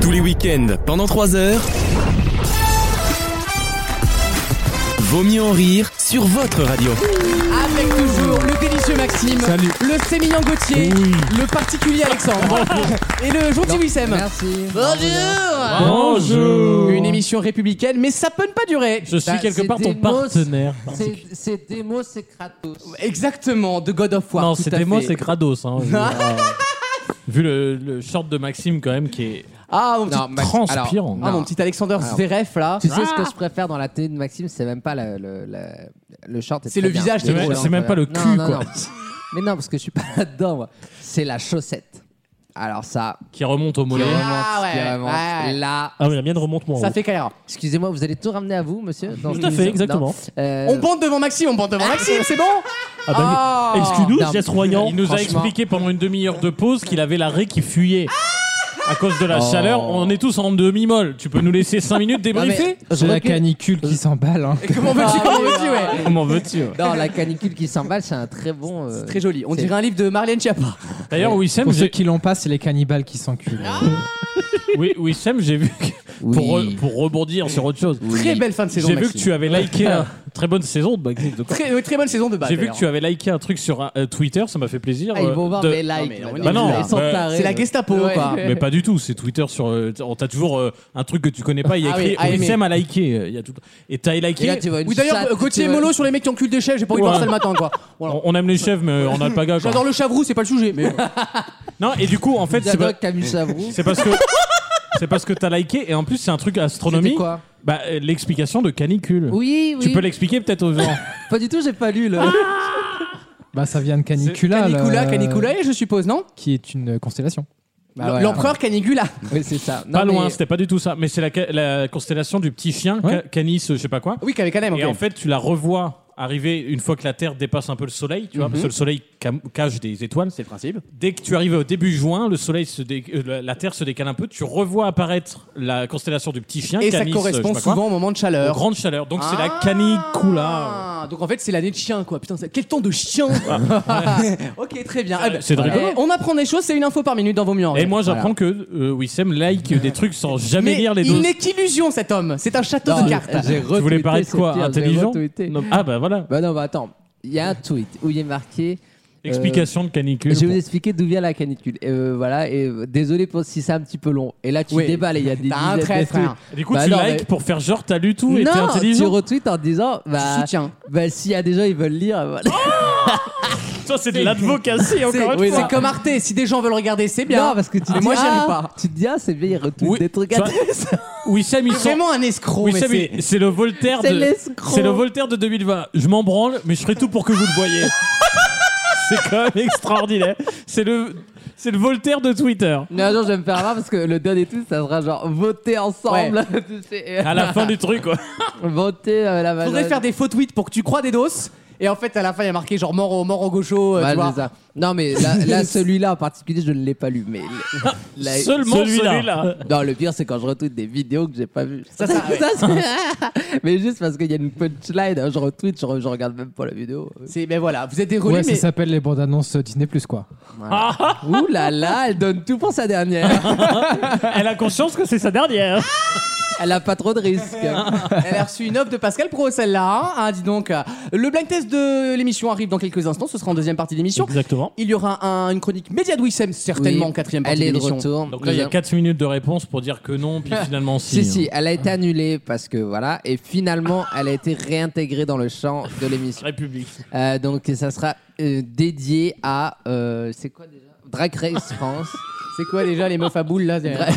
Tous les week-ends, pendant 3 heures. Vaut mieux en rire sur votre radio. Avec toujours le délicieux Maxime, Salut. le sémillant Gauthier, le particulier Alexandre et le gentil Wissem. Merci. Bonjour Bonjour Une émission républicaine, mais ça peut ne pas durer. Je suis Bah, quelque c'est part ton des mots, partenaire. C'est- C'est des mots, c'est Kratos. Exactement, de God of War. non, tout c'est à des mots, fait. c'est Grados. hein. Je- euh, Vu le, le short de Maxime, quand même, qui est Ah, mon petit, Non, Max- transpirant. ah, non. mon petit Alexander Alors. Zverev là. Tu sais ce que je préfère dans la télé de Maxime, c'est même pas le, le, le- le short. est C'est très le bien. visage, c'est c'est même- drôle, hein. c'est même pas le Non, cul, non, quoi. non. Mais non, parce que je suis pas là-dedans, moi. C'est la chaussette. Alors ça, Qui remonte au mollet. Ah, vraiment, ouais, vraiment, ouais. là. Ah oui, la mienne remonte moi. en Ça haut. fait Kaira. Excusez-moi, vous allez tout ramener à vous, monsieur dans Tout à une- fait, dans- exactement. euh, On bande devant Maxime, on bande devant Maxime, c'est bon Ah bah, Ah. excuse-nous, Non. Jess Royan. Il nous a Franchement. expliqué pendant une demi-heure de pause qu'il avait l'arrêt qui fuyait. À cause de la chaleur, on est tous en demi-molle. Tu peux nous laisser 5 minutes non, mais débriefer je recule- canicule qui s'emballe. hein. Et comment veux-tu Ah, Comment oui, veux-tu, ouais oui, Comment veux-tu oui. Non, la canicule qui s'emballe, c'est un très bon. euh, Très joli. On c'est- dirait un livre de Marlène Schiappa. D'ailleurs, Wissem, Pour ceux j'ai qui l'ont pas, c'est les cannibales qui s'enculent. oui, Wissem, j'ai vu. que- Oui. Pour, re- pour rebondir sur autre chose, Très belle fin de saison. j'ai vu que Maxime. tu avais liké. un- Très bonne saison de Maxime. de quoi Très, oui, très bonne saison de base. J'ai vu que tu avais liké un truc sur euh, Twitter, ça m'a fait plaisir. Ah, ils euh, vont voir de- mes Non, likes. mais là, on est les là, gens, bah, ils sont tarés. euh, C'est la Gestapo, Ouais. quoi. Mais pas du tout, c'est Twitter sur. euh, T'as toujours euh, un truc que tu connais pas, il y a Ah écrit oui, ah, aimé. Wissem a liké. euh, il y a tout... Et t'as liké. Et là, Ah, tu vois une Oui, d'ailleurs, chatte, euh, Gauthier tu vois- Molo sur les mecs qui enculent des chèvres, j'ai pas envie de voir Ouais. ça le matin, quoi. Voilà. On, on aime les chefs, mais on a le paga. quoi. J'adore le chavroux, c'est pas le sujet, mais. Non, et du coup, en fait, c'est pas- J'adore Camille Chabrou. c'est parce que. C'est parce que t'as liké et en plus c'est un truc C'était astronomique. quoi Bah euh, l'explication de canicule. Oui, oui. Tu peux Ah. l'expliquer peut-être aux gens. Pas du tout, j'ai pas lu le. Bah, ça vient de Canicula. Canicula, le- Caniculae, je suppose, non Qui est une constellation. Bah, voilà. L'empereur Canicula. Oui, c'est ça. pas Non, loin, mais- c'était pas du tout ça. Mais c'est la, ca- la constellation du petit chien, Ouais. Ca- Canis, euh, je sais pas Ah quoi. Oui, avec Anem, Et en fait, tu la revois arriver une fois que la Terre dépasse un peu le Soleil, tu vois, parce que le Soleil cam- cache des étoiles. C'est le principe. Dès que tu arrives au début juin, le Soleil se dé- euh, la- la Terre se décale un peu, tu revois apparaître la constellation du petit chien. Et ça Canis, euh, correspond je sais pas quoi, souvent au moment de aux chaleur. grandes chaleurs. Donc c'est la Ah. canicula. Donc en fait, c'est l'année de chien, quoi. Putain, c'est- quel temps de chien Ok, très bien. Eh ben, Ah. C'est de rigolo. eh, On apprend des choses, c'est une info par minute dans Vos Mieux en Et Rire. moi j'apprends que euh, Wissem like des trucs sans jamais Mais lire les il doses. n'est qu'illusion, cet homme. C'est un château Non, de cartes. j'ai Tu voulais retweeté, parler de c'est quoi pire, j'ai Intelligent retweeté. Non. Ah bah voilà. Bah non, bah attends. Il y a un tweet où il est marqué. euh, Explication de canicule. Je vais vous expliquer d'où vient la canicule. Et euh, voilà, et euh, désolé pour si c'est un petit peu long. Et là, tu Oui. déballes, et il y a des T'as un dizaines de trait, frère. tweets. Du coup, Bah tu non, likes mais- pour faire genre t'as lu tout et t'es Non, tu intelligent. retweets en disant Je bah, soutiens. bah s'il y a des gens, ils veulent lire. voilà. Oh, Ça c'est de l'advocacy C'est encore une oui, fois. c'est comme Arte. Si des gens veulent regarder, c'est bien. Non, parce que tu Mais te moi, dis, j'y arrive ah, pas. Tu te dis, ah, c'est bien, ils retweetent Oui, des trucs tu vois, intéressants. Wissem il C'est sent- vraiment un escroc. Oui, mais ça, c'est- mais c'est le Voltaire C'est de l'escroc. c'est le Voltaire de 2020. Je m'en branle, mais je ferai tout pour que vous le voyez. c'est quand même extraordinaire. C'est le c'est le Voltaire de Twitter. Mais un jour, je vais me faire avoir parce que le dernier tweet, ça sera genre voter ensemble. tu sais, euh, À la fin du truc quoi. voter euh, la Faudrait majorité. faire des faux tweets pour que tu crois des doses. Et en fait, à la fin, il y a marqué genre mort au, mort au gaucho. euh, Ouais, tu vois. c'est ça. Non, mais là, là, celui-là en particulier, je ne l'ai pas lu. Mais le- la- Seulement celui-là. Non, le pire, c'est quand je retweete des vidéos que j'ai pas vues. Ça, ça, ouais. c'est- mais juste parce qu'il y a une punchline, hein, je retweet, je, re- je regarde même pas la vidéo. C'est, mais voilà, vous êtes des relais, Ouais, mais ça s'appelle les bandes annonces Disney Plus quoi. Ouh là là, elle donne tout pour sa dernière. Elle a conscience que c'est sa dernière. Elle a pas trop de risques. elle a reçu une offre de Pascal Pro, celle-là. hein. Ah, dis donc. euh, Le blind test de l'émission arrive dans quelques instants. Ce sera en deuxième partie d'émission. Exactement. Il y aura un- une chronique média de Wissem, certainement, Oui, en quatrième partie Elle est de d'émission. retour. Donc là il y a Nous- 4 minutes de réponse pour dire que non Ah, puis finalement Si, si. si, elle a été annulée parce que voilà, et finalement, elle a été réintégrée dans le champ de l'émission. hein. République. Euh, donc ça sera euh, dédié à euh, c'est quoi déjà Drag Race France. C'est quoi déjà les meufs à boules là derrière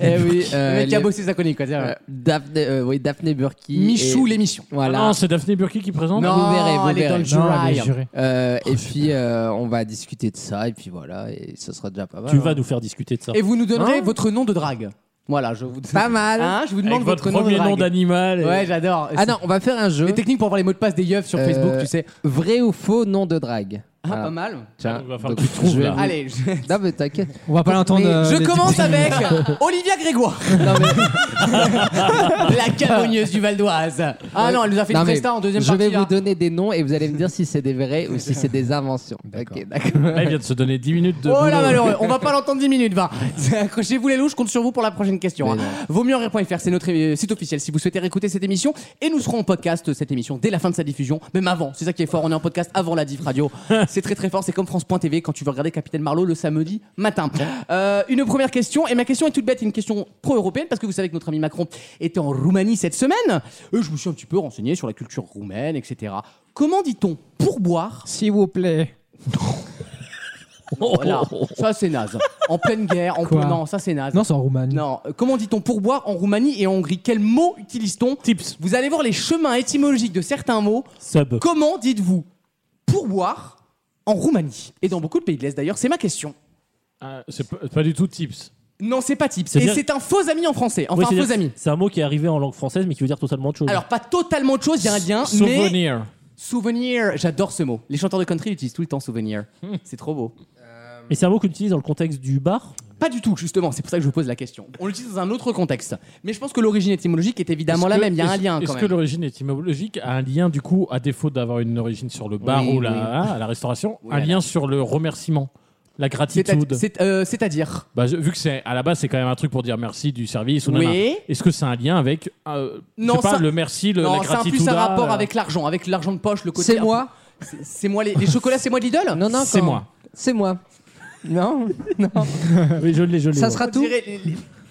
eh oui, Le euh, mec qui a les- bossé sa chronique, quoi. derrière. euh, Daphné, euh, oui, Daphné Burki. Michou, et- l'émission. Voilà. Ah Non, c'est Daphné Burki qui présente. Non, vous verrez, vous elle est dans le verrez. Non, mais jury. juré. Euh, et puis euh, on va discuter de ça et puis voilà et ce sera déjà pas mal. tu hein. vas nous faire discuter de ça. Et vous nous donnerez Hein votre nom de drague. Voilà, je vous Pas mal. Hein, je vous demande Avec votre, nom de premier nom drague. d'animal. et- Ouais, j'adore. ah non, on va faire un jeu. Les techniques pour avoir les mots de passe des yeufs sur Euh, Facebook, tu sais. Vrai ou faux nom de drague Ah, Voilà. pas mal. Tiens, on va faire donc, du trou, je vais là. vous- Allez, je, Non, mais t'inquiète. On va pas l'entendre. Mais euh, je les commence dix- avec Olivia Grégoire. Non, mais- La calomnieuse du Val d'Oise. Ah non, elle nous a fait non, une mais presta en deuxième je partie. vais vous hein. donner des noms et vous allez me dire si c'est des vrais ou si c'est des inventions. Ok, d'accord. Là, il vient de se donner 10 minutes de. Oh boulot. là malheureux, on va pas l'entendre 10 minutes 20. Accrochez-vous les loups, je compte sur vous pour la prochaine question. Mais hein. Vaut mieux en rire.fr, c'est notre euh, site officiel si vous souhaitez réécouter cette émission. Et nous serons en podcast euh, cette émission dès la fin de sa diffusion, même avant. C'est ça qui est fort, on est en podcast avant la diff radio. c'est très très fort, c'est comme France.tv quand tu veux regarder Capitaine Marlowe le samedi matin. Euh, une première question, et ma question est toute bête, une question pro-européenne parce que vous savez que notre ami Macron était en Roumanie cette semaine. Et je me suis un petit peu renseigné sur la culture roumaine, etc. Comment dit-on pourboire S'il vous plaît. voilà, Oh. ça c'est naze. En pleine guerre, en Quoi plein- Non, ça c'est naze. Non, c'est en Roumanie. Non, euh, comment dit-on pourboire en Roumanie et en Hongrie Quel mot utilise-t-on Tips. Vous allez voir les chemins étymologiques de certains mots. Sub. Comment dites-vous pourboire en Roumanie Et dans beaucoup de pays de l'Est d'ailleurs, c'est ma question. Ah, c'est pas, pas du tout tips. Non, c'est pas type. C'est Et bien- c'est un faux ami en français. Enfin, Ouais, un c'est-à-dire faux ami. que C'est un mot qui est arrivé en langue française, mais qui veut dire totalement autre chose. Alors, pas totalement de choses, il y a un lien, mais. Souvenir. Souvenir, j'adore ce mot. Les chanteurs de country utilisent tout le temps souvenir. C'est trop beau. Et c'est un mot qu'on utilise dans le contexte du bar. Pas du tout, justement, c'est pour ça que je vous pose la question. On l'utilise dans un autre contexte. Mais je pense que l'origine étymologique est évidemment Est-ce la que- même, il y a un est-ce- lien Est-ce quand que même. l'origine étymologique a un lien, du coup, à défaut d'avoir une origine sur le bar Oui, ou la, oui. hein, à la restauration, Oui, un alors. lien sur le remerciement, C'est la à- gratitude c'est- euh, C'est-à-dire Bah, je- Vu que c'est à la base, c'est quand même un truc pour dire merci du service ou Oui. nana. Est-ce que c'est un lien avec euh, je Non, sais pas, ça- le merci, le, Non, la c'est un gratitude plus un ah, rapport euh, avec l'argent, avec l'argent de poche, le côté. C'est moi. C'est- C'est moi les, les chocolats, c'est moi de Lidl Non, non, C'est quand- moi. C'est moi. Non, Oui, je l'ai, je l'ai. ça ouais. sera On tout. dirait les-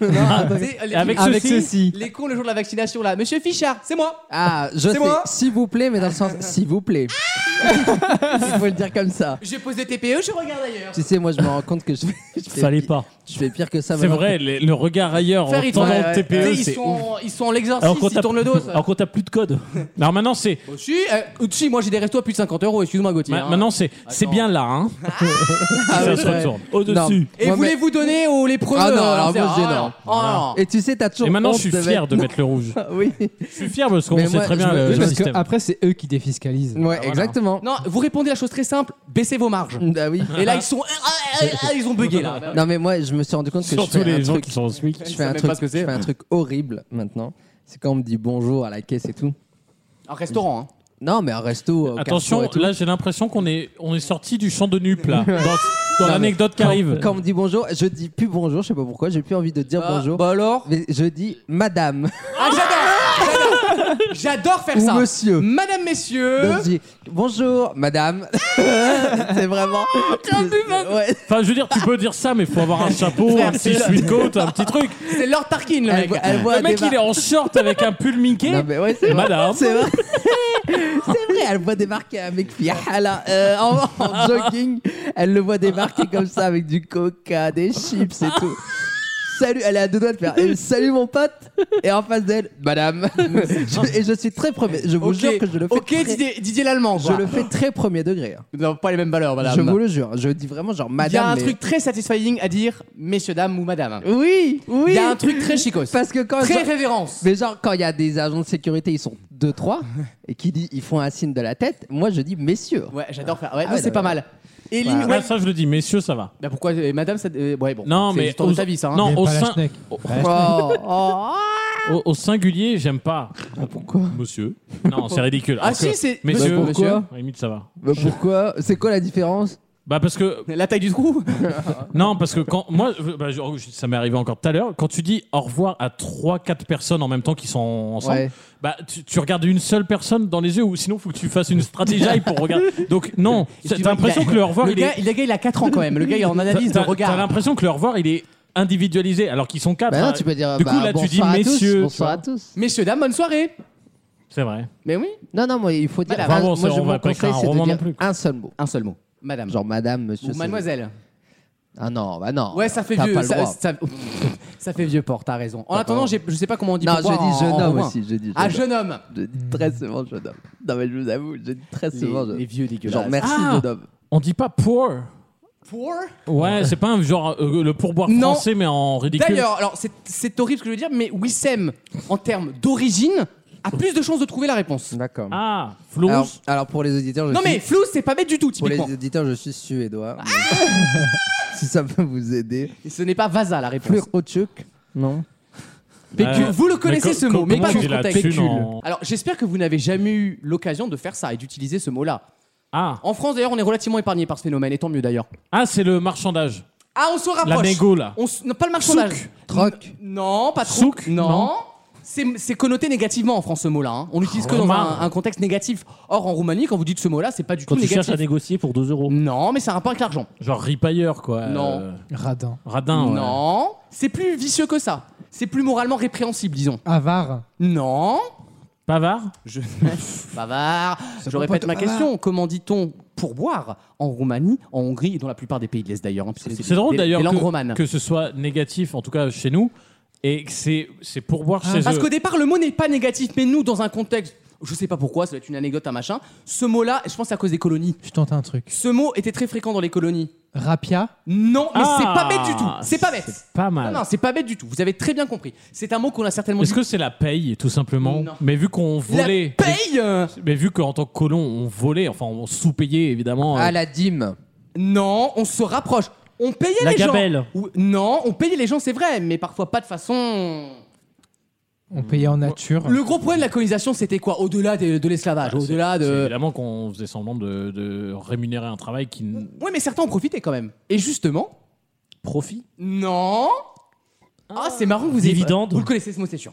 les- Non, attendez, les- Ah, avec les- ceci- Les cons le jour de la vaccination là. Monsieur Fichard, c'est moi Ah, je C'est sais. moi. S'il vous plaît, mais dans le sens, s'il vous plaît. Il faut le dire comme ça. Je pose des TPE, E, je regarde ailleurs. Tu sais, moi, je me rends compte que je fais, je fais, Fallait pas. je fais pire que ça. C'est maintenant. vrai, les- le regard ailleurs en Faire, ils sont- tendant ouais, le ouais. Tu TPE, sais, ils, E, c'est sont ouf. en- ils sont en l'exorcisme, qu'on ils tournent le dos. ça. Alors qu'on t'as plus de code. Alors maintenant, c'est Oh, si, euh, si, moi j'ai des restos à plus de 50 euros, excuse-moi Gauthier. ma- hein. maintenant c'est c'est bien là, hein. ça se retourne. Ah Non. Au-dessus. Et Moi, mais- voulez-vous donner aux les preneurs Ah non, alors c'est- moi, je dis ah, non. non. Ah, non. Et tu sais, t'as toujours. Et maintenant, honte je suis fier de Ah, mettre- mettre le rouge. Oui. Je suis fier parce qu'on Mais sait moi, très je bien me- le, Oui, le parce que système. après, c'est eux qui défiscalisent. Ouais, exactement. Non, vous répondez à la chose très simple, baissez vos marges. Ah oui. Et là ils sont ah, ah, ah, ils ont bugué là. Non, mais moi, je me suis rendu compte que je Surtout fais un les gens truc. qui sont au SMIC. Je Ils fais, savent un même truc, pas ce que c'est. je fais un truc horrible maintenant. C'est quand on me dit bonjour à la caisse et tout. Un restaurant hein. Non, mais un resto. au Carrefour Attention, et tout. là j'ai l'impression qu'on est, on est sorti du champ de nupe là, dans, dans Non, l'anecdote qui Quand- arrive. Quand on me dit bonjour, je dis plus bonjour, je sais pas pourquoi, j'ai plus envie de dire Ah, bonjour. Bah alors Mais je dis madame Ah, j'adore J'adore J'adore faire ou ça monsieur. Bah, Madame, messieurs Donc, je dis bonjour madame. c'est vraiment. Ouais. Enfin, je veux dire, tu peux dire ça, mais faut avoir un chapeau, Frère, un petit c'est- suite-côte, un petit truc. C'est Lord Tarkin, le Elle mec voit- elle voit Le mec, des il est en short avec un pull Mickey. Non, mais ouais, c'est vrai. Madame. C'est vrai. C'est vrai, elle voit débarquer avec Fiala euh, en, en jogging. Elle le voit débarquer comme ça avec du coca, des chips et tout. Salut, elle est à deux doigts de faire euh, Salut mon pote Et en face d'elle, Madame. Je- et je suis très premier. Je vous Ok, jure que je le fais. ok, très- Didier, Didier l'Allemand, Je quoi. le fais très premier degré. hein. Nous n'avons pas les mêmes valeurs, madame. Je vous le jure. Je dis vraiment genre Madame. Il y a un mais- truc très satisfying à dire messieurs, dames ou madame. Oui, oui. Il y a un truc très chicos. Parce que quand Très genre- révérence. Mais genre, quand il y a des agents de sécurité, ils sont 2-3, et qui dit ils font un signe de la tête, moi je dis messieurs. Ouais, j'adore faire. Ouais, Ah non, ouais, c'est non, pas mais- mal. Et Voilà. limite- Ouais, ouais. Ah, ça, je le dis, messieurs, ça va. Bah pourquoi euh, madame ça. euh, ouais, bon. Non, c'est mais l'histoire de aux- ta vie, ça. hein. Non, Mais au pas la sein- Schneck. Ouais. Oh, oh. Au, au singulier, j'aime pas. pourquoi Monsieur. Non, c'est ridicule. Ah Alors si, que- c'est. Messieurs, Bah, pourquoi messieurs, limite, Ah, ça va. Bah, Pourquoi C'est quoi la différence Bah, parce que. La taille du trou Non, parce que quand. Moi, je- bah, je- ça m'est arrivé encore tout à l'heure. Quand tu dis au revoir à 3-4 personnes en même temps qui sont ensemble, Ouais. bah, tu, tu regardes une seule personne dans les yeux ou sinon, faut que tu fasses une stratégie pour regarder. Donc, non. T'as Excuse-moi, l'impression il a- que le au revoir, Le il gars, est. il- le gars, il a 4 ans quand même. Le gars, il est en analyse de T'as t'as regard. l'impression que le au revoir, il est individualisé alors qu'ils sont quatre. Bah non, hein. tu peux dire Du bah, coup, là, tu bonsoir dis à messieurs. tous, tu bonsoir à vois. tous. Messieurs, dames, bonne soirée C'est vrai. Mais oui Non, non, moi il faut dire. Madame. un- Enfin Bah, bon, moi, ça, je mon on va pas conseil, écrire un c'est de roman dire non plus. Un seul mot. Un seul mot. Madame. Genre madame, monsieur. Ou c'est- mademoiselle. Ah non, bah non. Ouais, ça fait T'as vieux. pas le Ça, droit. ça- ça fait vieux port, t'as raison. En attendant, j'ai- je sais pas comment on dit Non, je pourquoi en- dis jeune en homme roumain. aussi. Je dis Ah, jeune homme. jeune homme Je dis très souvent jeune homme. Non, mais je vous avoue, je dis très les, souvent jeune les homme. vieux dégueulasses. Genre merci Ah. jeune homme. On dit pas poor. Pour Ouais, c'est pas un genre euh, le pourboire Non. français, mais en ridicule. D'ailleurs, alors c'est- c'est horrible ce que je veux dire, mais Wissem, en termes d'origine, a plus de chances de trouver la réponse. D'accord. Ah, alors, Florence. alors, pour les auditeurs, je Non suis... mais flou, c'est pas bête du tout Pour les typiquement. auditeurs, je suis suédois. mais- Ah. si ça peut vous aider. Et ce n'est pas Vasa la réponse. Plurotchuk Non. Pécule. Euh, vous le connaissez mais ce co- mot, mais comment pas on dans dit le la contexte. thune en- Alors j'espère que vous n'avez jamais eu l'occasion de faire ça et d'utiliser ce mot-là. Ah, En France d'ailleurs, on est relativement épargné par ce phénomène, et tant mieux d'ailleurs. ah c'est le marchandage. Ah, on se La rapproche. mégo, là. On s- non, pas le marchandage. Troc Non, pas trop. Souk, non. non. C'est c'est connoté négativement en France ce mot-là. hein. On l'utilise que dans Remarque. un, un contexte négatif. Or en Roumanie, quand vous dites ce mot-là, c'est pas du Quand tout tu cherches négatif. à négocier pour 2 euros. Non, mais ça a un rapport avec l'argent. Genre ripailleur, quoi. Non. Euh, Radin. radin, Ah ouais. Non, c'est plus vicieux que ça. C'est plus moralement répréhensible, disons. Avare. Non, Bavard je bavard. Ça Je peut répète pas ma être- question. Comment dit-on pourboire en Roumanie, en Hongrie et dans la plupart des pays de l'Est d'ailleurs hein, puisque C'est drôle des- d'ailleurs des langues que, romanes. que ce soit négatif, en tout cas chez nous, et que c'est c'est pour boire chez Ah, Parce eux. qu'au départ, le mot n'est pas négatif, mais nous, dans un contexte, je sais pas pourquoi, ça doit être une anecdote, un machin. Ce mot-là, je pense que c'est à cause des colonies. Je tente un truc. Ce mot était très fréquent dans les colonies. Rapia. Non, mais c'est Ah, pas bête du tout. C'est pas bête. Pas Non, mal. non, c'est pas bête du tout. Vous avez très bien compris. C'est un mot qu'on a certainement Est-ce dit. que c'est la paye, tout simplement Non. Mais vu qu'on La volait. paye euh, Mais vu qu'en tant que colon, on volait, enfin, on sous-payait évidemment. euh, Ah, la dîme. Non, on se rapproche. On payait La les gens. gabelle. Ou- Non, on payait les gens, c'est vrai, mais parfois pas de façon. On payait en Ah. nature. Le gros problème de la colonisation, c'était quoi Au-delà de, de l'esclavage, c'est- au-delà euh, c'est de. Évidemment qu'on faisait semblant de, de rémunérer un travail qui n- Oui, mais certains en profitaient quand même. Et justement, Profit. Non. Ah, c'est marrant, vous ayez- Dividende. Vous le connaissez ce mot, c'est sûr.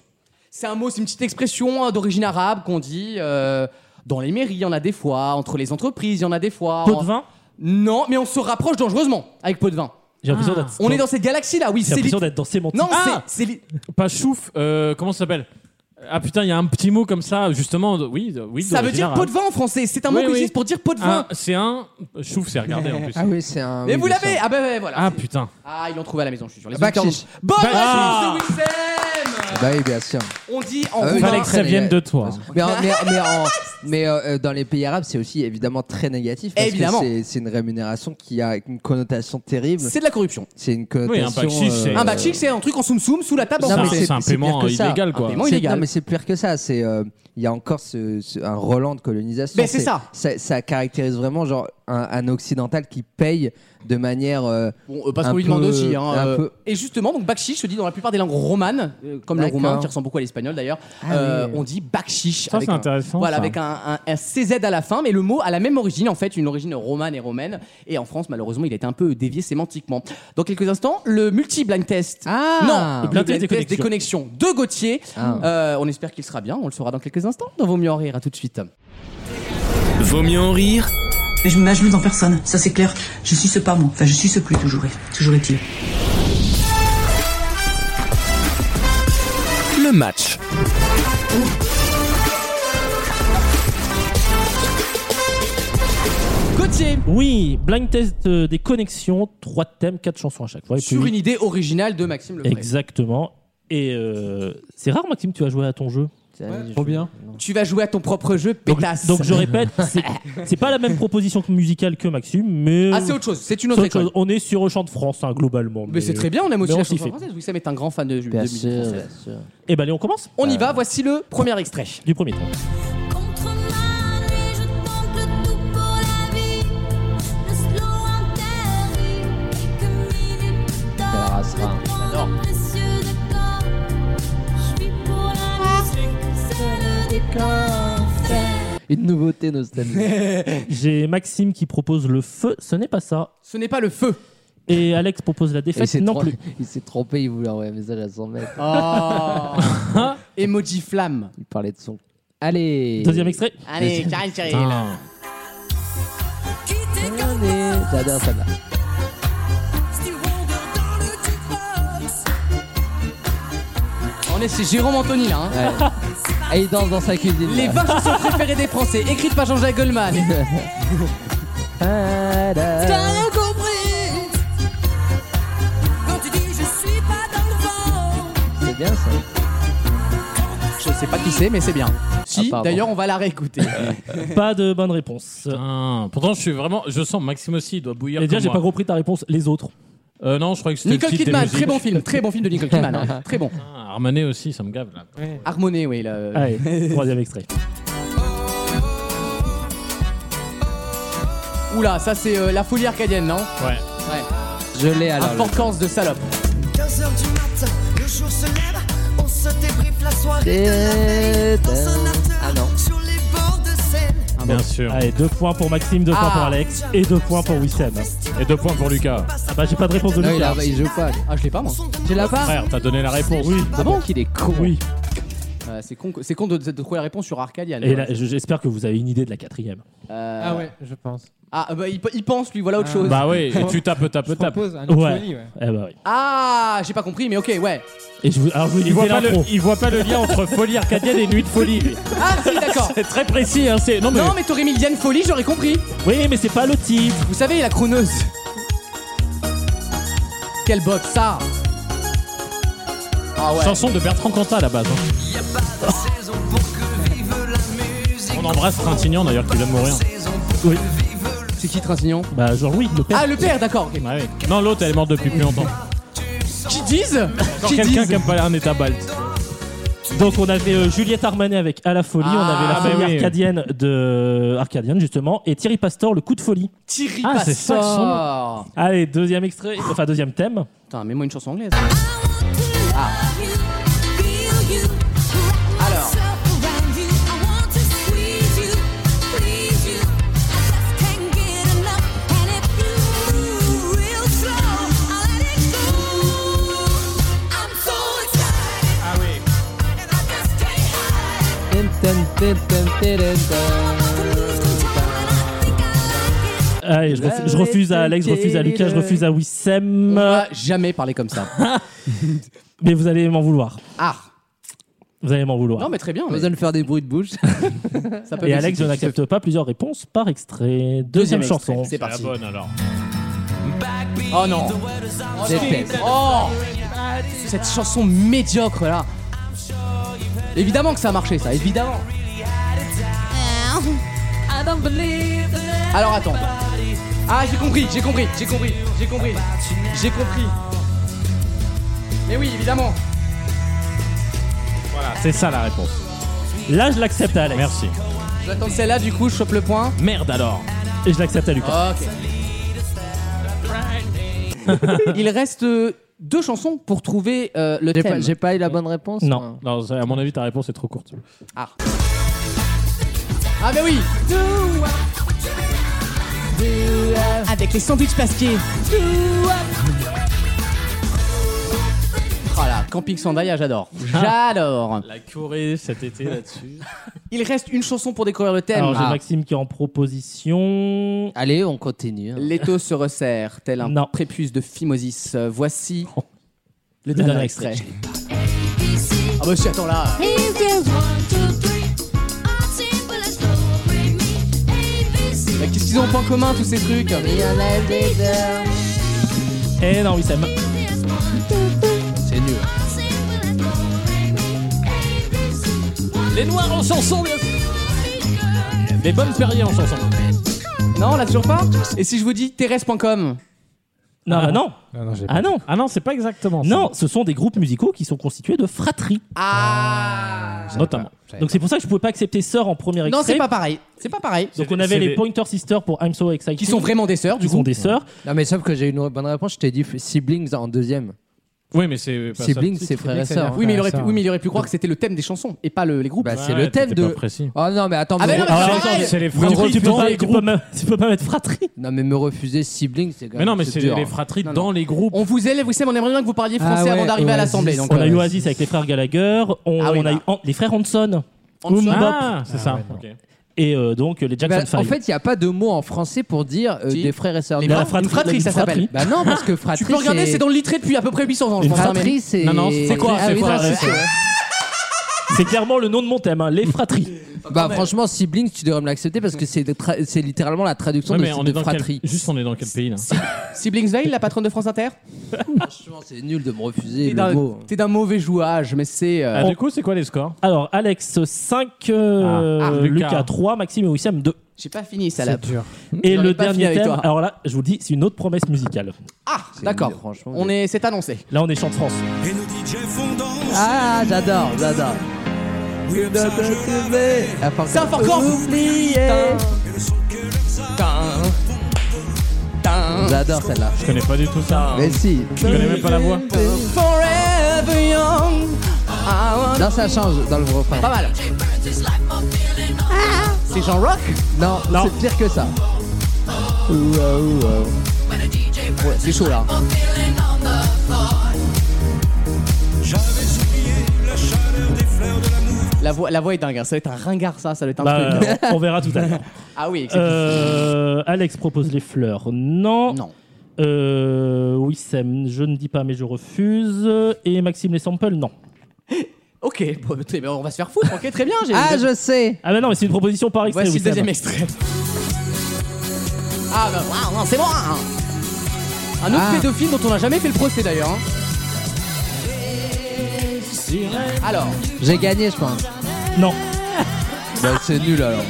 C'est un mot, c'est une petite expression hein, d'origine arabe qu'on dit euh, dans les mairies, il y en a des fois, entre les entreprises, il y en a des fois. Pot de vin. Non, mais on se rapproche dangereusement avec pot de vin. J'ai l'impression Ah. d'être. On est dans cette galaxie là, oui, J'ai c'est l'impression lit- d'être dans sémantique. Non, Ah c'est c'est lit- Pas chouf, euh, comment ça s'appelle Ah putain, il y a un petit mot comme ça, justement, de- oui, de- oui. ça veut dire pot de vin en français, c'est un mot hein. Oui, Ah. qu'on oui. utilise pour dire pot de vin. C'est un. Chouf, c'est regarder en plus. Ah oui, c'est un. mais oui, vous je l'avez sens. Ah bah, bah, voilà. Ah c'est- putain. Ah, ils l'ont trouvé à la maison, je suis sûr. Les auditeurs Bakchich. l'ont- Bonne Ah. réponse de Wissem Bah oui, bien sûr. On dit en Ah oui. roumain- Fallait que ça Après, les- vienne euh, de toi. Mais, en- mais- mais en- mais, euh, euh, dans les pays arabes, c'est aussi évidemment très négatif. Parce Évidemment. que c'est- c'est une rémunération qui a une connotation terrible. C'est de la corruption. C'est une Oui, connotation. euh, un bakchich, c'est- euh, Un bakchik, c'est un truc en soum-soum sous la table en Non, mais C'est un- France. c'est- c'est un c'est paiement pire que ça. illégal, Un quoi. paiement C'est- illégal. Non, mais c'est pire que ça. C'est euh, il y a encore ce- ce- un Roland de colonisation. Mais c'est ça. ça. ça caractérise vraiment genre un, un occidental qui paye de manière. euh, Bon, euh, parce Un qu'on lui peu- demande aussi. hein, un euh, peu. Et justement, donc bakchich se dit dans la plupart des langues romanes, euh, comme le D'accord. roumain, qui ressemble beaucoup à l'espagnol d'ailleurs, Ah euh, oui. on dit bakchich. Ça, avec c'est un- intéressant, Voilà, ça. avec un, un- un CZ à la fin, mais le mot a la même origine, en fait, une origine romane et romaine. Et en France, malheureusement, il a été un peu dévié sémantiquement. Dans quelques instants, le multi-blind test. Ah non, le blind blind test des test des connexions de Gauthier. Ah. Euh, on espère qu'il sera bien, on le saura dans quelques instants. Dans Vaut mieux en rire, à tout de suite. Vaut mieux en rire Mais je ne m'agenouille devant personne, ça c'est clair. Je suis ce pas moi. Enfin, je suis ce plus, toujours, est- toujours est-il. le match. Gauthier, Oui, blind test euh, des connexions, trois thèmes, quatre chansons à chaque fois. Et sur puis- une idée originale de Maxime Lefray. Exactement. Et euh, c'est rare, Maxime, tu as joué à ton jeu. Trop bien. Tu vas jouer à ton propre jeu, Donc, pétasse. donc je répète, c'est- c'est pas la même proposition musicale que Maxime, mais Ah, c'est autre chose, c'est une c'est autre autre chose. école. On est sur le chant de France hein, globalement. Mais c'est très bien, on aime aussi mais la on s'y chanson fait. française. Wissam est un grand fan de, de Bien musique sûr, française. bien sûr. Et ben allez, on commence On y va, voici le premier extrait. du premier thème. Contre ma nuit, je tente le tout pour la vie. Le slow atterrit. Quelques minutes plus tard, race je rare. prends le précieux décor. Je vis pour la musique, c'est le décor. Une nouveauté nostalgique. J'ai Maxime qui propose le feu, ce n'est pas ça. Ce n'est pas le feu. Et Alex propose la il défaite, s'est non trom- plus. il s'est trompé, il voulait envoyer un message à son maître. Emoji flamme. Il parlait de son. Allez Deuxième extrait. Allez, Karel Karel. Putain. Quitter comme Allez, J'adore ça. Steve Wonder dans le jukebox. On est chez Jérôme Anthony là. hein. Et Ah, il danse dans sa cuisine. Les là. 20 chansons préférées des Français, écrites par Jean-Jacques Goldman. Ah, là. T'as rien compris. Quand tu dis je suis pas dans le vent. C'est bien ça. Je sais pas qui c'est, mais c'est bien. Si, Ah, pardon. d'ailleurs, on va la réécouter. Pas de bonne réponse. Ah. Putain. Pourtant, je suis vraiment. Je sens Maxime aussi, il doit bouillir. Et déjà, comme j'ai moi. pas compris ta réponse. Les autres. Euh, non, je croyais que c'était. le Nicole titre des Kidman, très musiques. bon film, très bon film de Nicole Kidman. hein. Très bon. Ah, Harmonet aussi, ça me gave. Là. Harmonie, oui. le- Allez, troisième extrait. Oula, ça c'est euh, la folie arcadienne, non Ouais. Je l'ai alors. le- Importance de salope. 15h du matin, le jour se lève, on se débriefe la soirée de la veille. Dans un after, Ah non. sur les bords de Seine. Ah, Bien sûr. Allez, Ah, deux points pour Maxime, deux points Ah. pour Alex et deux points pour Wissem. Et deux points pour Lucas. Ah bah j'ai pas de réponse de Non, il, Lucas. a- il joue pas. Ah, je l'ai pas moi. Tu l'as pas Frère, t'as donné la réponse. Oui. Ah bon Qu'il est con. Oui. Euh, c'est con, que- c'est con de, de trouver la réponse sur Arcadian. Et là, je- j'espère que vous avez une idée de la quatrième. Euh, Ah ouais, je pense. Ah, bah, il, pe- il pense, lui, voilà autre Ah. chose. Bah oui, et tu tapes, Je tapes, tapes. propose un autre Ouais. joli, ouais. Eh bah oui. Ah, j'ai pas compris, mais ok, ouais. Et je vous, alors je vous Il voit, dis pas le, l'intro. il voit pas le lien entre folie arcadienne et nuit de folie. lui. Ah, si, d'accord. C'est très précis, hein. C'est... Non, mais... Non, mais t'aurais mis Liane Folie, j'aurais compris. Oui, mais c'est pas le titre. Vous savez, la chroneuse. Quelle botte, ça Ah ouais. Chanson de Bertrand Cantat à la base. hein. On embrasse Trintignant d'ailleurs qui vient de mourir. C'est qui Trintignant Bah Jean-Louis, le père. Ah, le père, d'accord. ok. Ouais, ouais. Non, l'autre elle est morte depuis plus longtemps. Qui disent Genre Qui quelqu'un disent qui aime pas un état balte. Donc on avait euh, Juliette Armanet avec À la folie, on Ah, avait la bah folie oui. arcadienne de Arcadienne justement, et Thierry Pastor, le coup de folie. Thierry Ah, c'est ça, son Pastor. Allez, deuxième extrait, enfin deuxième thème. Putain, mets-moi une chanson anglaise. Ah. Alors. Ah. Allez, je, refu- je refuse à Alex, je refuse à Lucas, je refuse à Wissem, On va jamais parler comme ça. mais vous allez m'en vouloir. Ah Vous allez m'en vouloir. Non, mais très bien. Pas mais besoin de faire des bruits de bouche. ça peut Et bien Alex, je s'expliquer. n'accepte pas plusieurs réponses par extrait. Deuxième, Deuxième chanson. extrait, C'est la parti. bonne alors. Oh non. Défaite. Oh Cette chanson médiocre là. Évidemment que ça a marché ça, évidemment. Alors attends. Ah j'ai compris, j'ai compris, j'ai compris, j'ai compris, j'ai compris. Mais oui évidemment. Voilà, c'est ça la réponse. Là, je l'accepte à Alex. Merci. J'attends celle-là du coup je chope le point. Merde alors. Et je l'accepte à Lucas. Ok. Il reste euh, deux chansons pour trouver euh, le J'ai thème. pas, j'ai pas eu la bonne réponse Non. Oh. Non, ça, à mon avis ta réponse est trop courte. Ah. Ah mais oui Avec les sandwichs pasquiers Oh là, camping Sandaya, j'adore. J'adore. La Corée cet été là-dessus. Il reste une chanson pour découvrir le thème. Alors, j'ai Ah. Maxime qui est en proposition. Allez, on continue. hein. L'étau se resserre, tel un Non. prépuce de phimosis. Euh, Voici le dernier dernier, extrait. extrait. Ah bah si, attends là. Mais Qu'est-ce qu'ils ont pas en commun tous ces trucs E, Eh non, oui, ça C'est nul. Les Noirs en chanson, bien sûr. Les bonnes Perrier en chanson. Non, on l'a toujours pas Et si je vous dis Thérèse.com Non, bah non. Non, non, j'ai Ah non. Ah non, c'est pas exactement ça. Non, ce sont des groupes musicaux qui sont constitués de fratries, Ah notamment. Donc c'est pour ça que je pouvais pas accepter Sœur en premier extrait. Non, c'est pas pareil. C'est pas pareil. Donc C'est on des- avait c'est les des- Pointer Sisters pour I'm So Excited. Qui sont vraiment des sœurs, qui du sont coup. des sœurs. Non, mais sauf que j'ai eu une bonne réponse. Je t'ai dit siblings en deuxième. Oui, mais c'est. pas ça. siblings, c'est frères et c'est sœurs. la- Oui mais, il aurait pu, Ah, ça. oui, mais il aurait pu croire que c'était le thème des chansons et pas le- les groupes. Bah, Ouais, c'est le thème t'étais de. pas précis. Oh non, mais attends, Ah, me mais non, re- mais Alors, c'est attends, pareil. C'est les Tu, frères. peux- tu peux dans pas, les tu peux groupes. pas me- tu peux pas mettre fratrie. non, mais me refuser siblings, c'est quand Mais même. non, mais Ah, c'est les, dur. hein. les fratries dans les groupes. On vous élève, vous savez, on aimerait bien que vous parliez Ah français ouais, avant d'arriver à Oasis. l'assemblée. Donc, On a euh, eu Oasis avec les frères Gallagher. On, Ah oui, on bah. a eu An- les frères Hanson. Hanson. Boom Bap. Ah, c'est ça. ouais, ok. Et euh, donc les Bah, Jackson en 5. fait, il n'y a pas de mot en français pour dire euh, Si. des frères et sœurs. Les Non. la une fratrie, une ça s'appelle. fratrie. Bah non, parce que fratrie. Ah, Tu peux regarder, c'est dans le litré depuis à peu près 800 ans, je Une pense. hein, mais- fratrie, c'est. Non, non, c'est quoi, Ah c'est oui, quoi, non, c'est c'est- quoi. C'est clairement le nom de mon thème, hein, les fratries. Bah franchement, siblings, tu devrais me l'accepter parce que c'est de tra- c'est littéralement la traduction Ouais, de, mais on de est dans fratrie. quel... Juste, on est dans quel pays là Siblings Veil, la patronne de France Inter. Franchement, c'est nul de me refuser T'es le d'un, mot. t'es d'un mauvais jouage, mais c'est. euh, Ah, Du coup, c'est quoi les scores Alors Alex 5, Ah. Ah, Lucas. Lucas. 3, Maxime et Wissam 2. J'ai pas fini, ça là. C'est dur. Et J'en ai le Hmm, pas fini dernier avec thème, toi. alors là, je vous le dis, c'est une autre promesse musicale. Ah, d'accord. Franchement, On est, c'est annoncé. Là, on est chante France. Et nos DJ font danser. Ah, j'adore, j'adore. Oui, comme ça, je la mets. Ah, pas Ça, encore. pas encore. Oublié. Et le son que leurs âmes J'adore celle-là. Je connais pas du tout ça. Mais si. Je connais même pas la voix. Forever young. I want- Non, ça change dans le refrain. Pas mal. C'est Jean Rock Non, Non. c'est pire que ça. Ouah, ouah. Ouais, c'est chaud là. La voix, la voix est dingue, hein. ça va être un ringard ça, ça va être un Bah, truc. on verra tout à l'heure. Ah oui, exactement. Euh, Alex propose les fleurs. Non. non. Euh, Wissem, je ne dis pas, mais je refuse. Et Maxime les samples, non. Ok, bon, très bien, on va se faire foutre, ok, très bien. j'ai- Ah, je sais. Ah, bah non, mais c'est une proposition par extrait. Voici le Wissem. deuxième extrait. Ah bah waouh, non, c'est bon hein. Un autre Ah. pédophile dont on n'a jamais fait le procès d'ailleurs. hein. Alors, J'ai gagné, je pense. Non. Bah, c'est nul alors.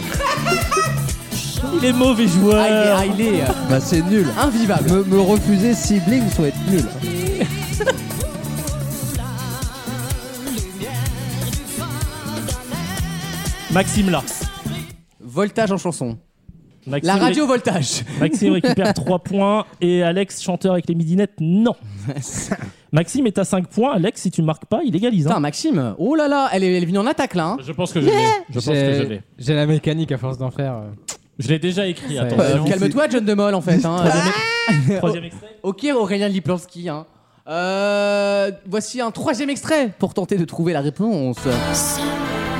Il est mauvais joueur. ah, il est, ah, il est, euh, Bah, c'est nul. invivable. Me, me refuser sibling, ça va être nul. Maxime là. Voltage en chanson. Maxime, La radio voltage. Maxime récupère 3 points. Et Alex, chanteur avec les midinettes, non. Maxime est à 5 points. Alex, si tu marques pas, il égalise. hein. Putain, Maxime, oh là là, elle est, elle est venue en attaque là. hein. Je pense que je l'ai. Je pense que je J'ai l'ai. j'ai la mécanique à force d'en faire. euh. Je l'ai déjà écrit. Ça y est. Attends. Euh, Calme-toi, John Demol, en fait. hein. oh. Troisième extrait. Ok, Aurélien Liplowski. hein. Euh, voici un troisième extrait pour tenter de trouver la réponse. Seul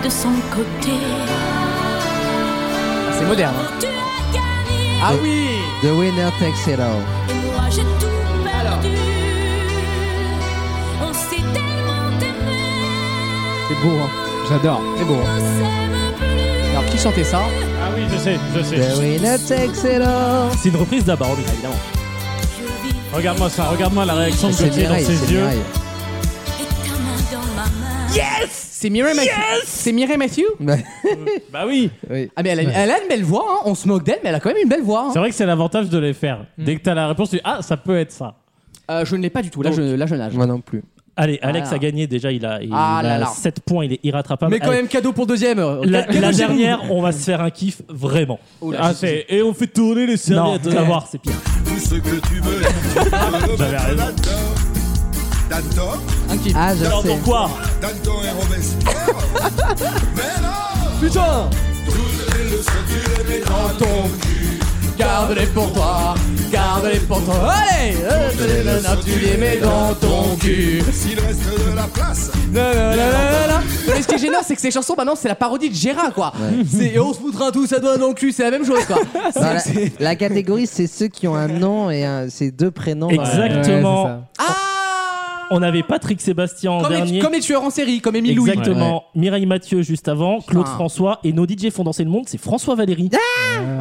de son côté. Ah, c'est moderne. hein. Tu as gagné Ah oui The winner takes it all. et moi j'ai tout perdu. On s'est tellement aimé. C'est beau, hein. J'adore. C'est beau. hein. On s'aime plus. Alors, qui chantait ça Ah oui, je sais, je The sais. winner takes it all. C'est une reprise d'Abba Robin. Je vis Regarde-moi ça, regarde-moi la réaction de C'est Gauthier dans Mireille, ses c'est yeux. Mireille. et ta main dans ma main. C'est Mireille Mathieu. C'est Mireille Mathieu Ouais. Bah oui, Oui. Ah, mais elle a, elle a une belle voix, hein. on se moque d'elle, mais elle a quand même une belle voix. hein. c'est vrai que c'est l'avantage de les faire. Dès que t'as la réponse, tu dis Ah, ça peut être ça. Euh, je ne l'ai pas du tout, là, Donc. je, là je nage. Moi non plus. Allez, Alex Voilà. a gagné déjà, il a, il Ah a là là. 7 points, il est irrattrapable. Mais quand Allez, même, cadeau pour deuxième. Euh, la, Cadeau la chez vous. dernière, on va se faire un kiff vraiment. Oh là, Ah, je- c'est. Et on fait tourner les Non, serviettes. tu vas voir, c'est pire. Tout ce que tu veux, tu peux J'avais raison. Danton, un kiff. Ah, je Alors sais. pourquoi Danton et Robespierre. Mais non Putain Toutes les leçons, tu les mets dans ton cul. Garde-les pour toi, garde-les pour toi. Allez euh, Tu les mets dans ton cul. S'il reste de la place, La, la, la, la, la, la. Mais ce qui est gênant, c'est que ces chansons, maintenant, c'est la parodie de Gérard, quoi. C'est et on se foutra tous à doigt dans le cul, c'est la même chose, quoi. C'est- Non, la, c'est- la catégorie, c'est ceux qui ont un nom et un, c'est deux prénoms. Exact. Ouais, Exactement. c'est ça. Ah On avait Patrick Sébastien en comme les, dernier. comme les tueurs en série, comme Émile Louis. Exactement. Mireille Mathieu juste avant, Claude Putain. François et nos DJ font danser le monde, c'est François Valéry. Oh,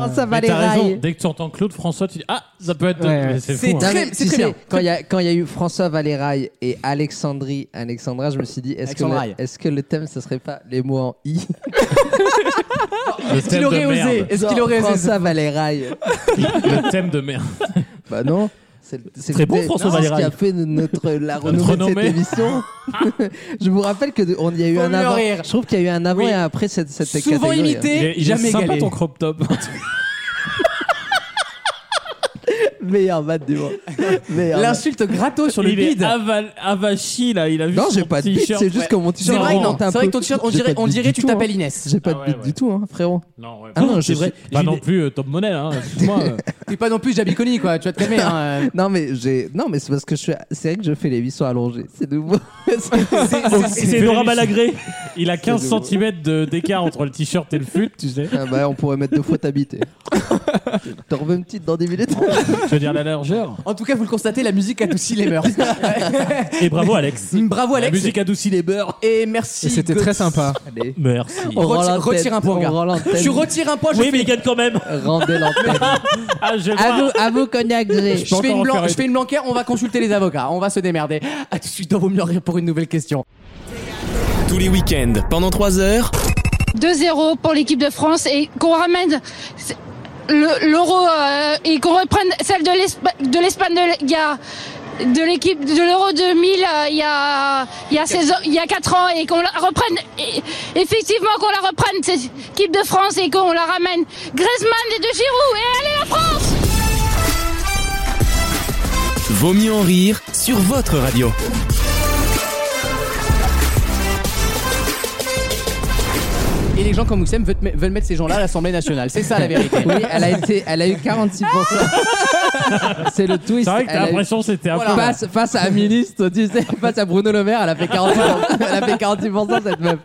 Ah, ça va Mais les t'as raison, rails. dès que tu entends Claude François, tu dis Ah, ça peut être. Ouais, Mais ouais. C'est C'est fou. hein. dingue. Non, mais Très- c'est tu très sais, bien. Quand il y a quand il y a eu François Valérail et Alexandrie Alexandra, je me suis dit est-ce que Alexandraille. le, est-ce que le thème ce serait pas les mots en i Le Est-ce qu'il thème de aurait osé merde. Est-ce qu'il aurait osé François Valérail. Le thème de merde. bah non. C'est c'est Très bon, thème- François c'est ce Valérail. qui a fait de notre la renommée de cette renommée. émission. je vous rappelle que de- on y a eu Faut un mieux avant. rire. Je trouve qu'il y a eu un avant Oui. et un après cette cette Souvent catégorie. imité, Il est, il est jamais sympa égalé. ton crop top. Meilleur mat du monde. Meilleur mat. L'insulte gratos sur le il est bide. aval- avachi là, il a vu Non, son j'ai pas de bite, t-shirt. c'est juste que mon C'est t-shirt vrai, que non. remonte un C'est vrai peu. que ton t-shirt, on J'ai dirait, pas de on bite dirait du tu tout, hein. t'appelles Inès. J'ai pas Ah de ouais, bite ouais. du tout, hein, frérot. Non, ouais, Ah non, c'est je vrai. Pas J'ai non des- plus euh, top modèle, hein, excuse-moi. T'es pas non plus Jabiconi, quoi. Tu vas te calmer. hein. Non mais j'ai non mais c'est parce que je suis c'est vrai que je fais l'émission allongée, c'est nouveau. C'est- C'est c'est Nora Balagré. Il a 15 cm d'écart entre le t-shirt et le fut, tu sais. ah bah on pourrait mettre deux fois ta bite. et- T'en remets une petite dans 10 minutes. Je veux dire la largeur. En tout cas, vous le constatez, la musique adoucit les mœurs. Mm, Et bravo Alex. Bravo, La Alex. musique adoucit les beurs. Et merci. Et c'était très Gauthier. sympa. Allez. Merci. On rend Retire- l'antenne, retire un point, on gars. rend l'antenne. Tu retires un point, je Oui, fais mais il gagne quand même. Rendez l'antenne. Ah, je à vous, à vous cognac G. Je fais, encore une en blan- faire je fais une blanquette, on va consulter les avocats, on va se démerder. À tout de suite dans Vaut mieux rire pour une nouvelle question. Tous les week-ends, pendant 3 heures. 2-0 pour l'équipe de France et qu'on ramène c- le- l'euro euh, et qu'on reprenne celle de l'Espa- de l'Espagne de, il y a- de l'équipe de l'euro 2000 euh, il y a il y a 16 ans- il y a 4 ans et qu'on la reprenne et- effectivement qu'on la reprenne cette équipe de France et qu'on la ramène Griezmann et De Giroud et allez la France Vaut mieux en rire sur votre radio. Et les gens comme Oussem veulent, te- veulent mettre ces gens-là à l'Assemblée nationale. C'est ça la vérité. Oui, elle a, été, elle a eu 46%. C'est le twist. C'est vrai que Elle a t'as eu- l'impression que c'était un peu. Face, face à un ministre, tu sais, face à Bruno Le Maire, elle a fait 46%, elle a fait 46% cette meuf.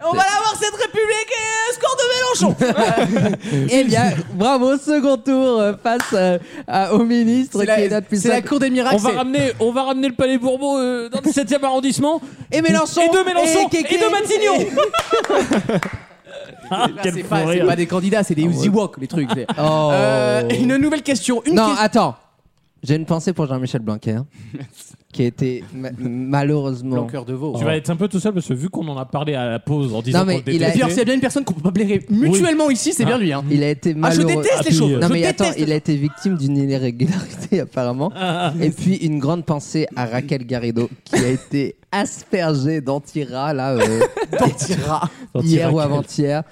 On va l'avoir cette République et euh, score de Mélenchon. Eh bien, bravo, second tour euh, face euh, à- au ministre C'est qui est la, notre plus c'est la cour des miracles. On va, c'est- ramener, on va ramener le palais Bourbon euh, dans le 7 e arrondissement. Et Mélenchon Et de Mélenchon Et, Kéké. de Matignon Là, c'est pas, c'est pas des candidats, c'est des Uzi Walk, ah, les trucs. c'est- Ah Oh. Euh, une nouvelle question. Une Non, question- attends. J'ai une pensée pour Jean-Michel Blanquer, qui était ma- malheureusement. Blanqueur de veau. Tu vas être un peu tout seul parce que vu qu'on en a parlé à la pause en disant Non, mais qu'on le Oh. il a- Et puis, alors, détestait- s'il y a bien une personne qu'on peut pas blairer mutuellement ici, c'est bien lui. Hein. Il a été Ah, je malheureux. euh, déteste les choses. Non je mais déteste. Ah, attends, il a été victime d'une irrégularité apparemment. Et puis une grande pensée à Raquel Garrido qui a été aspergée d'antira là euh, hier ou avant-hier.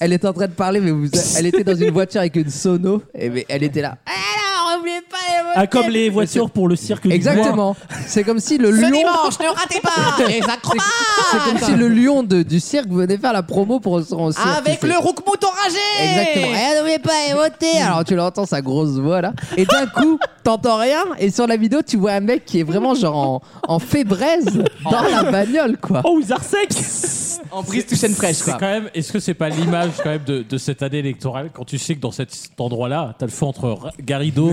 Elle était en train de parler mais vous, elle était dans une voiture avec une sono et mais elle était là. Alors, oubliez pas les voitures. Ah, comme les voitures pour le cirque du Exactement. C'est comme si le lion ne ratez pas les c'est comme si le lion de- du cirque venait faire la promo pour son cirque. C'est- roukmout enragé Exactement. Eh, n'oubliez pas de voter. Alors tu l'entends sa grosse voix là. Et d'un coup, t'entends rien. Et sur la vidéo, tu vois un mec qui est vraiment genre en, en fébraise dans la bagnole quoi. Oh, ils arsèquent En prise touche une fraîche, C'est quoi. quand même. Est-ce que c'est pas l'image quand même de, de cette année électorale quand tu sais que dans cet, cet endroit-là, t'as le feu entre Ra- Garrido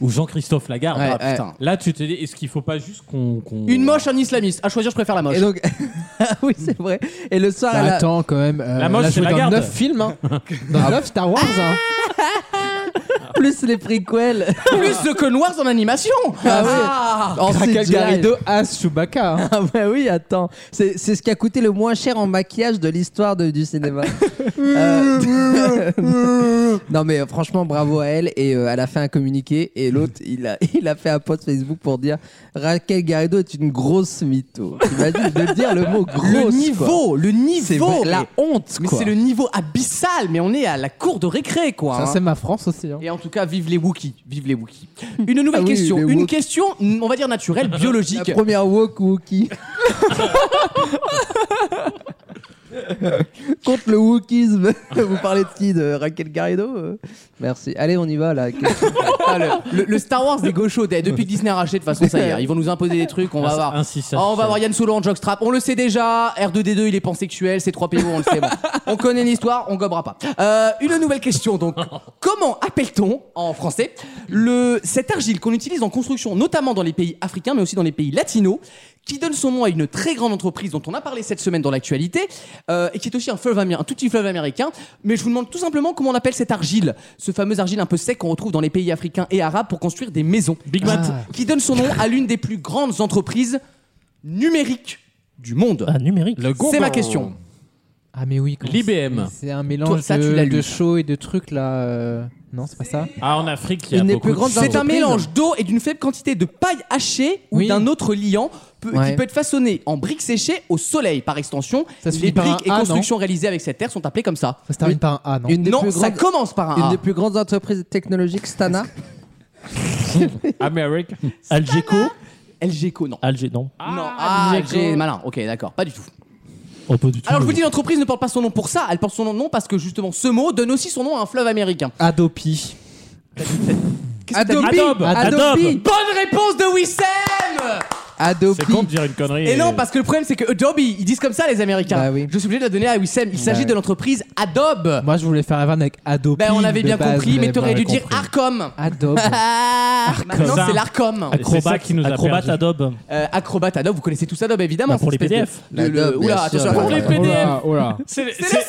ou Jean-Christophe Lagarde. Ouais, Ah, ouais. putain. Là, tu te dis, est-ce qu'il faut pas juste qu'on. qu'on- Une moche, un islamiste. À choisir, je préfère la moche. Et donc, oui c'est vrai. Et le soir, Bah, elle a- attends quand même. euh, La moche, là, c'est la dans garde. 9 films. hein. Dans 9 Star Wars. hein. Ah, plus les prequels. Plus de Conwars en animation Ah oui. Ah. en Raquel CGI. Garrido à Chewbacca. hein. Ah bah oui, attends. C'est c'est ce qui a coûté le moins cher en maquillage de l'histoire de- du cinéma. Euh, non mais euh, franchement, bravo à elle. Et euh, elle a fait un communiqué. Et l'autre, il a, il a fait un post Facebook pour dire Raquel Garrido est une grosse mytho. T'imagines de dire le mot grosse Le quoi. niveau, le C'est niveau vrai, la mais- honte Mais quoi. c'est le niveau abyssal, mais on est à la cour de récré, quoi. Ça, hein. c'est ma France aussi. hein. Et en tout cas, vive les Wookiees, vive les Wookiees. Une nouvelle Ah oui, question, les une Wookiees. question, on va dire naturelle, La biologique. première woke Wookie. Contre le Wookisme, vous parlez de qui De Raquel Garrido euh Merci. Allez, on y va là. Ah, le, le- le Star Wars des gauchos, dès- depuis que Disney a racheté, de toute façon, ça y est, ils vont nous imposer des trucs, on va Ah, voir. ainsi, ça, Ah, on ça. va voir Yann Solo en jockstrap, on le sait déjà, R2D2 il est pansexuel, c'est 3 PO, on le sait. bon. On connaît l'histoire, on gobera pas. Euh, une nouvelle question donc, comment appelle-t-on en français le, cette argile qu'on utilise en construction, notamment dans les pays africains mais aussi dans les pays latinos, qui donne son nom à une très grande entreprise dont on a parlé cette semaine dans l'actualité euh, et qui est aussi un fleuve américain, un tout petit fleuve américain. Mais je vous demande tout simplement comment on appelle cette argile, ce fameux argile un peu sec qu'on retrouve dans les pays africains et arabes pour construire des maisons. Big Mat. Qui donne son nom à l'une des plus grandes entreprises numériques du monde. Ah, numérique. Le C'est Gondor. ma question. Ah mais oui. comment L'IBM. c'est- C'est un mélange Toi, ça, tu l'as de, lu. de show et de trucs là. euh, Non, c'est pas ça. Ah, en Afrique, il y a Une des beaucoup plus de grandes choses. C'est un entreprises. mélange d'eau et d'une faible quantité de paille hachée ou Oui. d'un autre liant peut- qui Ouais. peut être façonné en briques séchées au soleil. Par extension, Ça se les finit par un briques et A, non constructions réalisées avec cette terre sont appelées comme ça. Ça se termine par un A, non Une des non, plus ça grandes- commence par un Une A. des plus grandes entreprises technologiques, Stana. Amérique. Algéco. LGECO, E non. Algé, non. non, E ah, Algeco. LG, malin. Ok, d'accord, pas du tout. Oh, pas du tout. Alors je vous dis, l'entreprise ne porte pas son nom pour ça, elle porte son nom parce que justement ce mot donne aussi son nom à un fleuve américain. Adopi. Qu'est-ce que t'as dit Adobe. Adobe. Bah, Adobe. Bonne réponse de Wissem Adobe. C'est con de dire une connerie. Et non, parce que le problème c'est que Adobe, ils disent comme ça les américains. Bah oui. Je suis obligé de la donner à Wissem, Bah il s'agit oui. de l'entreprise Adobe. Moi, je voulais faire la vanne avec Adopi. ben on avait de bien base, compris, mais vous t'aurais avez dû compris. dire Arcom. Adobe. Maintenant Ça. c'est l'Arcom. C'est Acrobat, ça qui nous a Acrobat perdu. Adobe. Euh, Acrobat, Adobe, vous connaissez tous Adobe évidemment. Bah, pour cette les espèce de- PDF. de- le- Adobe, Oula, bien Oh attention, sûr. attention. Pour les Oh là, oh là. C'est le Seigneur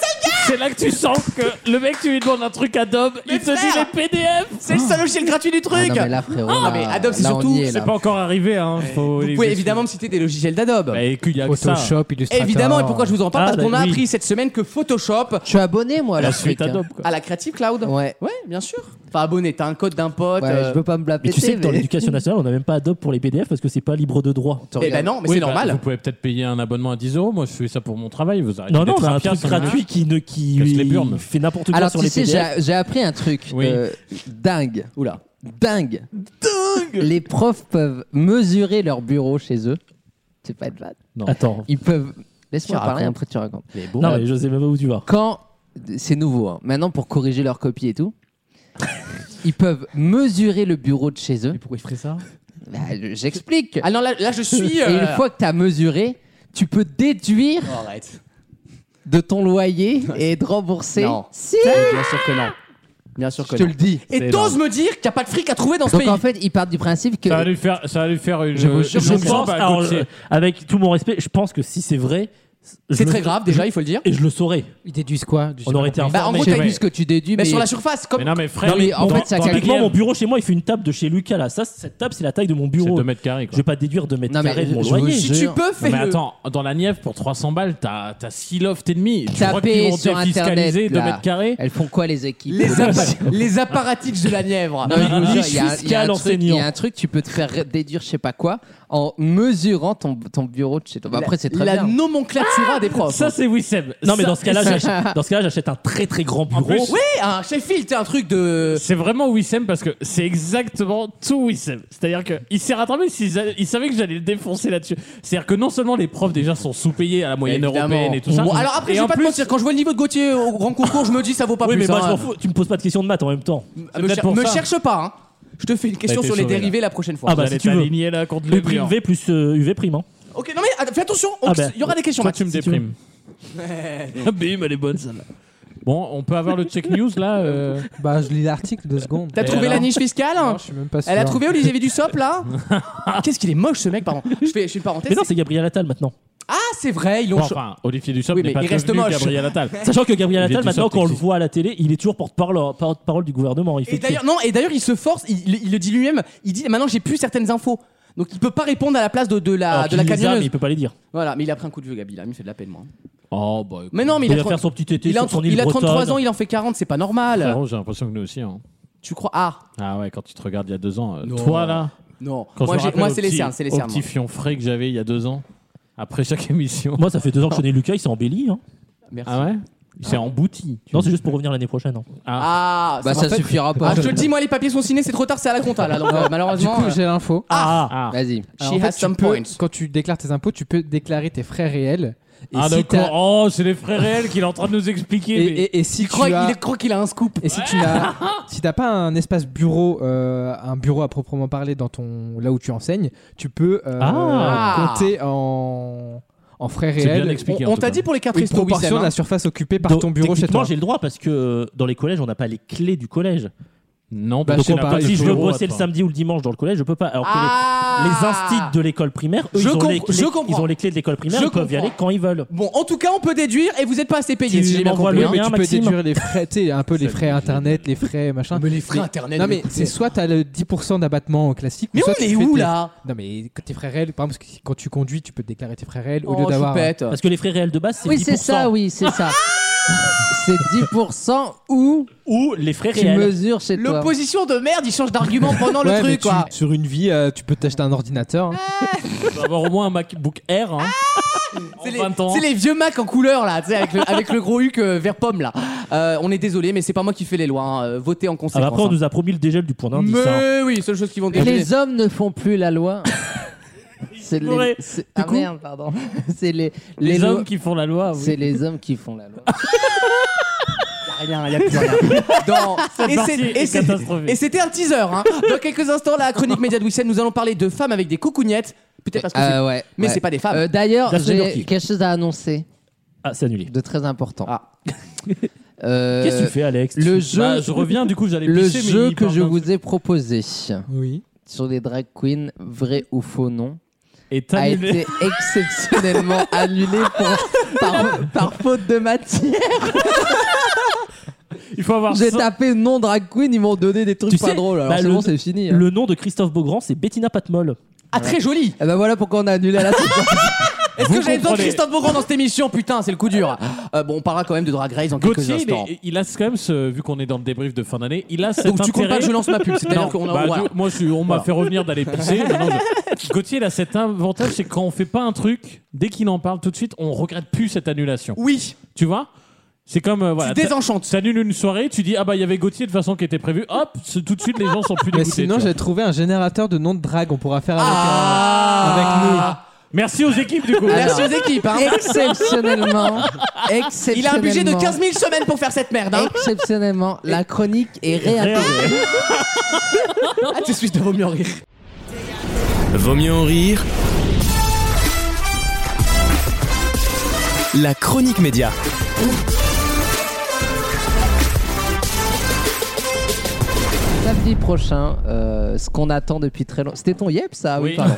C'est là que tu sens que le mec, tu lui demandes un truc à Dob, il te dit frère les PDF C'est le seul logiciel gratuit du truc Ah, non, mais là, frérot. Ah, là- mais Adobe, c'est là, on surtout- y est, C'est là. pas encore arrivé, hein. Faut Vous les pouvez expliquer. évidemment me citer des logiciels d'Adobe. Bah, écoute, y a que ça. Photoshop, Illustrator. Évidemment, et pourquoi je vous en parle Ah, Parce qu'on bah a oui. appris cette semaine que Photoshop Je suis abonné, moi, à La leur suite truc, hein. Adobe, quoi. à la Creative Cloud. Ouais. Ouais, bien sûr. Enfin, abonné, t'as un code d'un pote. Ouais, euh, je veux pas me la Mais péter. tu sais que dans mais- l'éducation nationale, on n'a même pas Adobe pour les PDF parce que c'est pas libre de droit. Eh ben non, mais Oui, c'est bah, Vous normal. pouvez peut-être payer un abonnement à 10 euros. Moi, je fais ça pour mon travail. Vous arrêtez Non, non, d'être on a un truc piastre, hein. gratuit qui, ne, qui Casse les burnes. fait n'importe quoi Alors, sur tu les sais, PDF. j'ai j'ai appris un truc Oui. euh, dingue. Oula. Dingue. Dingue Les profs peuvent mesurer leur bureau chez eux. C'est pas de vanne. Attends. Ils peuvent. Laisse-moi Tu parler, racontes. après tu racontes. Non, mais je sais même pas où tu vas. Quand. C'est nouveau, hein. maintenant pour corriger leur copie et tout. ils peuvent mesurer le bureau de chez eux. Mais pourquoi il ferait ça Bah, je- J'explique. Ah non, là, là, je suis. Et euh, une fois que tu as mesuré, tu peux déduire Oh, arrête. de ton loyer et de rembourser. Non. Si Mais Eh, Bien sûr que non. Bien sûr que Je te non. le dis. Et C'est t'oses me dire qu'il n'y a pas de fric à trouver dans ce Donc pays en fait, ils partent du principe que. Ça va lui faire, ça va lui faire une. Je, vous jure, je une bombe pense, à alors, Gauthier. je- avec tout mon respect, je pense que si c'est vrai, je C'est le- très grave, déjà, il faut le dire. Et je le saurais. Ils déduisent quoi On aurait été Bah, en informés. gros, mais- t'as vu ce que tu déduis, mais, Mais sur la surface, comme. Mais non, mais frère, Non, mais en dans- fait, ça dans- calcule- Typiquement, mon bureau chez moi, il fait une table de chez Lucas là. Ça, cette table, c'est la taille de mon C'est bureau. 2 mètres carrés. Je Quoi. vais pas déduire 2 mètres Non, mais carrés de mon je vous loyer. Si tu jure. peux, Non, fais mais le. attends, dans la Nièvre, pour 300 balles, t'as 6 lofts et demi. Tu crois Tapez qu'ils vont sur défiscaliser Internet, 2 là. mètres carrés Elles font quoi les équipes Les, appa- les apparatiches de la Nièvre. Non, mais je vous jure, Un il y a- niche il y a un fiscale truc- il y enseignant. a un truc, tu peux te faire déduire je sais pas quoi en mesurant ton, ton bureau de chez toi. Bah, après, c'est très La bien. nomenclatura des profs. Ça, c'est Wissem. Non, mais dans ce cas-là, ça- j'achète- dans ce cas-là, j'achète un très très grand bureau. plus- Oui, un Sheffield, t'es un truc de. C'est vraiment Wissem parce que c'est exactement tout Wissem. C'est-à-dire qu'il s'est rattrapé, s'il a- il savait que j'allais le défoncer là-dessus. C'est-à-dire que non seulement les profs déjà sont sous-payés à la moyenne Évidemment. européenne et tout ça. Bon, alors après, Et je en vais pas plus- te mentir, quand je vois le niveau de Gauthier au grand concours, je me dis ça vaut pas Oui, plus. mais moi, hein. je m'en fous. Tu me poses pas de questions de maths en même temps. me peut-être cher- pour me ça. cherche pas, hein. Je te fais une question été sur les sauvé, là. dérivés la prochaine fois. Ah bah, J'allais si tu veux. t'aligner, là contre Le le prime mur. V plus euh, UV prime. hein. Ok, non mais att- fais attention, on- Ah bah, il y aura des questions. Toi, Max, tu me si veux. déprimes. Bim, elle est bonne celle-là. Bon, on peut avoir le check news là euh, Bah, je lis l'article deux secondes. euh, T'as Et trouvé alors la niche fiscale Non, je suis même pas sûr. Elle a trouvé Olivier Dussopt là Qu'est-ce qu'il est moche ce mec, pardon. Je fais, je fais une Mais parenthèse. non, c'est Gabriel Attal maintenant. Ah, c'est vrai, ils l'ont. bon, cho- Enfin, Olivier Dussopt Oui, n'est mais pas il reste devenu moche. Gabriel Attal. Sachant que Il Gabriel est Attal, tout maintenant, sorti, quand on le existe. voit à la télé, il est toujours porte-parole porte-parole du gouvernement. Il fait Et d'ailleurs, non, et d'ailleurs, il se force, il, il- il le dit lui-même, il dit maintenant j'ai plus certaines infos. Donc il peut pas répondre à la place de, de la, Alors ah, de qu'il la les a, mais camionneuse. il peut pas les dire. Voilà, mais il a pris un coup de vieux, Gabi, là, il me fait de la peine, moi. Oh, bah. Mais non, mais Il il, va a, faire trente- son petit été il a- sur son île il a 33 bretonne. ans, il en fait 40, c'est pas normal. Frérot, j'ai l'impression que nous aussi. hein. Tu crois Ah Ah ouais, quand tu te regardes il y a deux ans, euh, Non. toi là, Non. quand moi, je me j'ai- rappelle moi, au c'est les petit- cernes, c'est les au cernes. petit fion frais que j'avais il y a deux ans, après chaque émission. Moi, ça fait deux ans que je connais Lucas, il s'est embelli. hein. moi. Merci. Ah ouais Il s'est embouti. tu Non, vois. c'est juste pour revenir l'année prochaine. hein. Ah, Ah, Bah, m'a ça fait- suffira pas. Ah, je te le dis, moi, les papiers sont signés, c'est trop tard, c'est à la compta, là. Donc, euh, Du malheureusement. coup, euh, j'ai l'info. Ah, ah. Vas-y. Alors, She en fait, has tu some peux- points. Quand tu déclares tes impôts, tu peux déclarer tes frais réels. Et Ah, si d'accord. t'as- Oh, c'est les frais réels qu'il est en train de nous expliquer. Et, mais- et- et si Il croit tu as... il croit qu'il a un scoop. Et si tu n'as si t'as pas un espace bureau, euh, un bureau à proprement parler dans ton là où tu enseignes, tu peux euh, Ah. compter en, en frais C'est bien réels expliqué. en On tout t'a cas. dit pour les cartes une resto, proportion de Wissem, la hein. surface occupée par Donc, ton bureau chez techniquement, toi. j'ai le droit parce que euh, dans les collèges, on n'a pas les clés du collège. Non, Bah, parce je sais qu'on a pas, pas Ah, de si je veux bureau, bosser le attends. samedi ou le dimanche dans le collège, je peux pas. Alors que les- Ah les instits de l'école primaire, eux, Je ils, ont les compre- clés, je comprends. ils ont les clés de l'école primaire, Je ils peuvent y comprends. aller quand ils veulent. Bon, en tout cas, on peut déduire et vous n'êtes pas assez payé. Tu Si j'ai bien m'envoies compris. le Oui, lien, mais tu peux Maxime. déduire les frais, tu sais, un peu les Ça frais dit- internet, les frais machin. hein. Mais les frais internet. Non mais c'est soit t'as le 10% d'abattement classique. Mais ou soit on tu est fais où tes- là Non mais quand tes frais réels, par exemple, parce que quand tu conduis, tu peux déclarer tes frais réels au Oh, lieu d'avoir. choupette. Parce que les frais réels de base, c'est Oui, 10%. c'est ça, oui, c'est ça. c'est 10% où Ou les frais tu réels. mesures chez toi. L'opposition de merde, il change d'argument pendant le Ouais, mais truc, tu- quoi. Ah. Sur une vie, euh, tu peux t'acheter un ordinateur. hein. On va avoir au moins un MacBook Air. Ah, Ah, bah hein, en C'est les, 20 ans. c'est les vieux Mac en couleur là, tu sais, avec, le, avec le gros huc euh, vert pomme là. Euh, on est désolé, mais c'est pas moi qui fais les lois. hein. Euh, Votez en Ah conséquence. bah après, on hein. nous a promis le dégel du point d'indice. hein. Mais oui, seule chose qu'ils vont déjeuner. Les hommes ne font plus la loi. C'est pourraient. les... c'est- Ah coup- merde, pardon. C'est les, Les, les hommes lois- qui font la loi. oui. C'est les hommes qui font la loi. Rien, y a plus rien. Dans- et parti c'est- est et c'est- catastrophique. et c'était un teaser. hein. Dans quelques instants, la chronique média de Wissem, nous allons parler de femmes avec des coucougnettes. Peut-être parce que c'est- Euh, ouais, Mais ouais. c'est pas des femmes. Euh, D'ailleurs, Daphné j'ai Burki. quelque chose à annoncer Ah, c'est annulé. de très important. Ah. Euh, Qu'est-ce que tu fais, Alex Le Bah, jeu, je reviens, du coup, j'allais le pisser, mais jeu il que parle je d'un vous ai proposé Oui. sur les drag queens, vrai ou faux nom, Et a annulé. été exceptionnellement annulé pour par, par faute de matière. Il faut avoir J'ai ça. tapé non drag queen, ils m'ont donné des trucs Tu pas sais, drôles. Alors bah, c'est le- bon, c'est fini. hein. Le nom de Christophe Beaugrand, c'est Bettina Patmol. Ah, très joli Et ben voilà pourquoi on a annulé la suite. Est-ce Vous que j'avais besoin de comprenez. Christophe Beaugrand dans cette émission Putain, c'est le coup dur. Euh, bon, on parlera quand même de Drag Race en quelques Gauthier, il, instants. est- il a quand même, ce, vu qu'on est dans le débrief de fin d'année, il a cet Donc tu comptes pas intérêt. que je lance ma pub, c'est-à-dire Non, qu'on a. bah, voilà. je- moi, je- on m'a Voilà. fait revenir d'aller pisser. Non, non, je- Gauthier, il a cet avantage, c'est que quand on fait pas un truc, dès qu'il en parle tout de suite, on regrette plus cette annulation. Oui, Tu vois C'est comme euh, voilà. tu désenchantes. Tu annules une soirée, tu dis ah bah il y avait Gauthier de façon qui était prévue. Hop, c'est- tout de suite les gens sont plus Mais dégoûtés. sinon, tu vois. j'ai trouvé un générateur de noms de drague. On pourra faire avec. Ah Merci aux équipes du coup. Merci aux équipes, hein. Exceptionnellement, exceptionnellement. Il a un budget de 15 000 semaines pour faire cette merde, hein. Exceptionnellement, la chronique est réintégrée. Ah, tout de suite, vaut mieux en rire. Vaut mieux en rire. La chronique média. Samedi prochain, euh, ce qu'on attend depuis très longtemps. C'était ton yep ça Oui. pardon.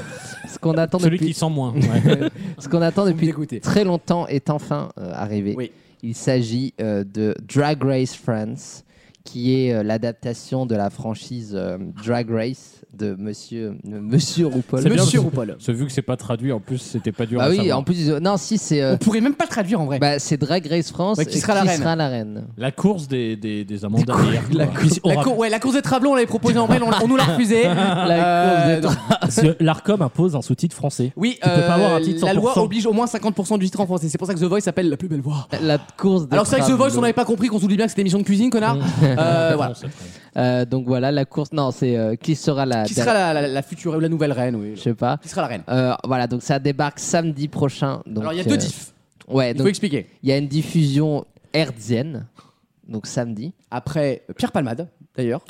Ce qu'on attend Celui depuis qui sent moins. ouais. ce qu'on attend depuis dégoûté. très longtemps est enfin euh, arrivé. Oui. Il s'agit euh, de Drag Race France, qui est euh, l'adaptation de la franchise euh, Drag Race de Monsieur de Monsieur RuPaul. C'est bien Monsieur parce- RuPaul. Ce vu que c'est pas traduit, en plus c'était pas dur Bah à oui, savoir. en plus ils ont- non si c'est euh, On pourrait même pas le traduire en vrai. bah, c'est Drag Race France Oh, Ouais, qui sera la reine. reine. La course des des, des amendes arrière, La, quoi. course- la cour- ouais, la course des trablons, on l'avait proposée en mail, on, on nous l'a refusée. Euh, La course des donc- Parce que L'ARCOM impose un sous-titre français. Oui, Tu peux euh, pas avoir un titre la loi 100%. oblige au moins 50% du titre en français. C'est pour ça que The Voice s'appelle la plus belle voix. La course. des Alors c'est vrai que The Voice, on Travelogues. n'avait pas compris qu'on s'oublie bien que c'était une émission de cuisine, connard. Euh, voilà. Euh, donc voilà la course. Non c'est euh, qui sera la. Qui sera la, la- la future ou la nouvelle reine, oui. Je sais pas. Qui sera la reine Euh, voilà donc ça débarque samedi prochain. Donc, Alors il y a euh, deux diffs. Ouais Il donc faut expliquer. Il y a une diffusion hertzienne, donc samedi. Oh, bah. Après euh, Pierre Palmade, d'ailleurs.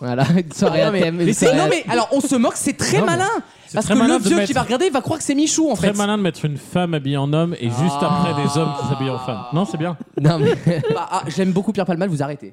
Voilà, une soirée Non, à mais- thème. une mais c'est- soirée non à- mais alors on se moque, c'est très malin. Parce très que malin le de vieux qui mettre- va regarder va croire que c'est Michou en Très fait. malin de mettre une femme habillée en homme et juste après des hommes qui s'habillent en femme. Non, c'est bien. Non, mais- Bah, ah, J'aime beaucoup Pierre Palmade, vous arrêtez.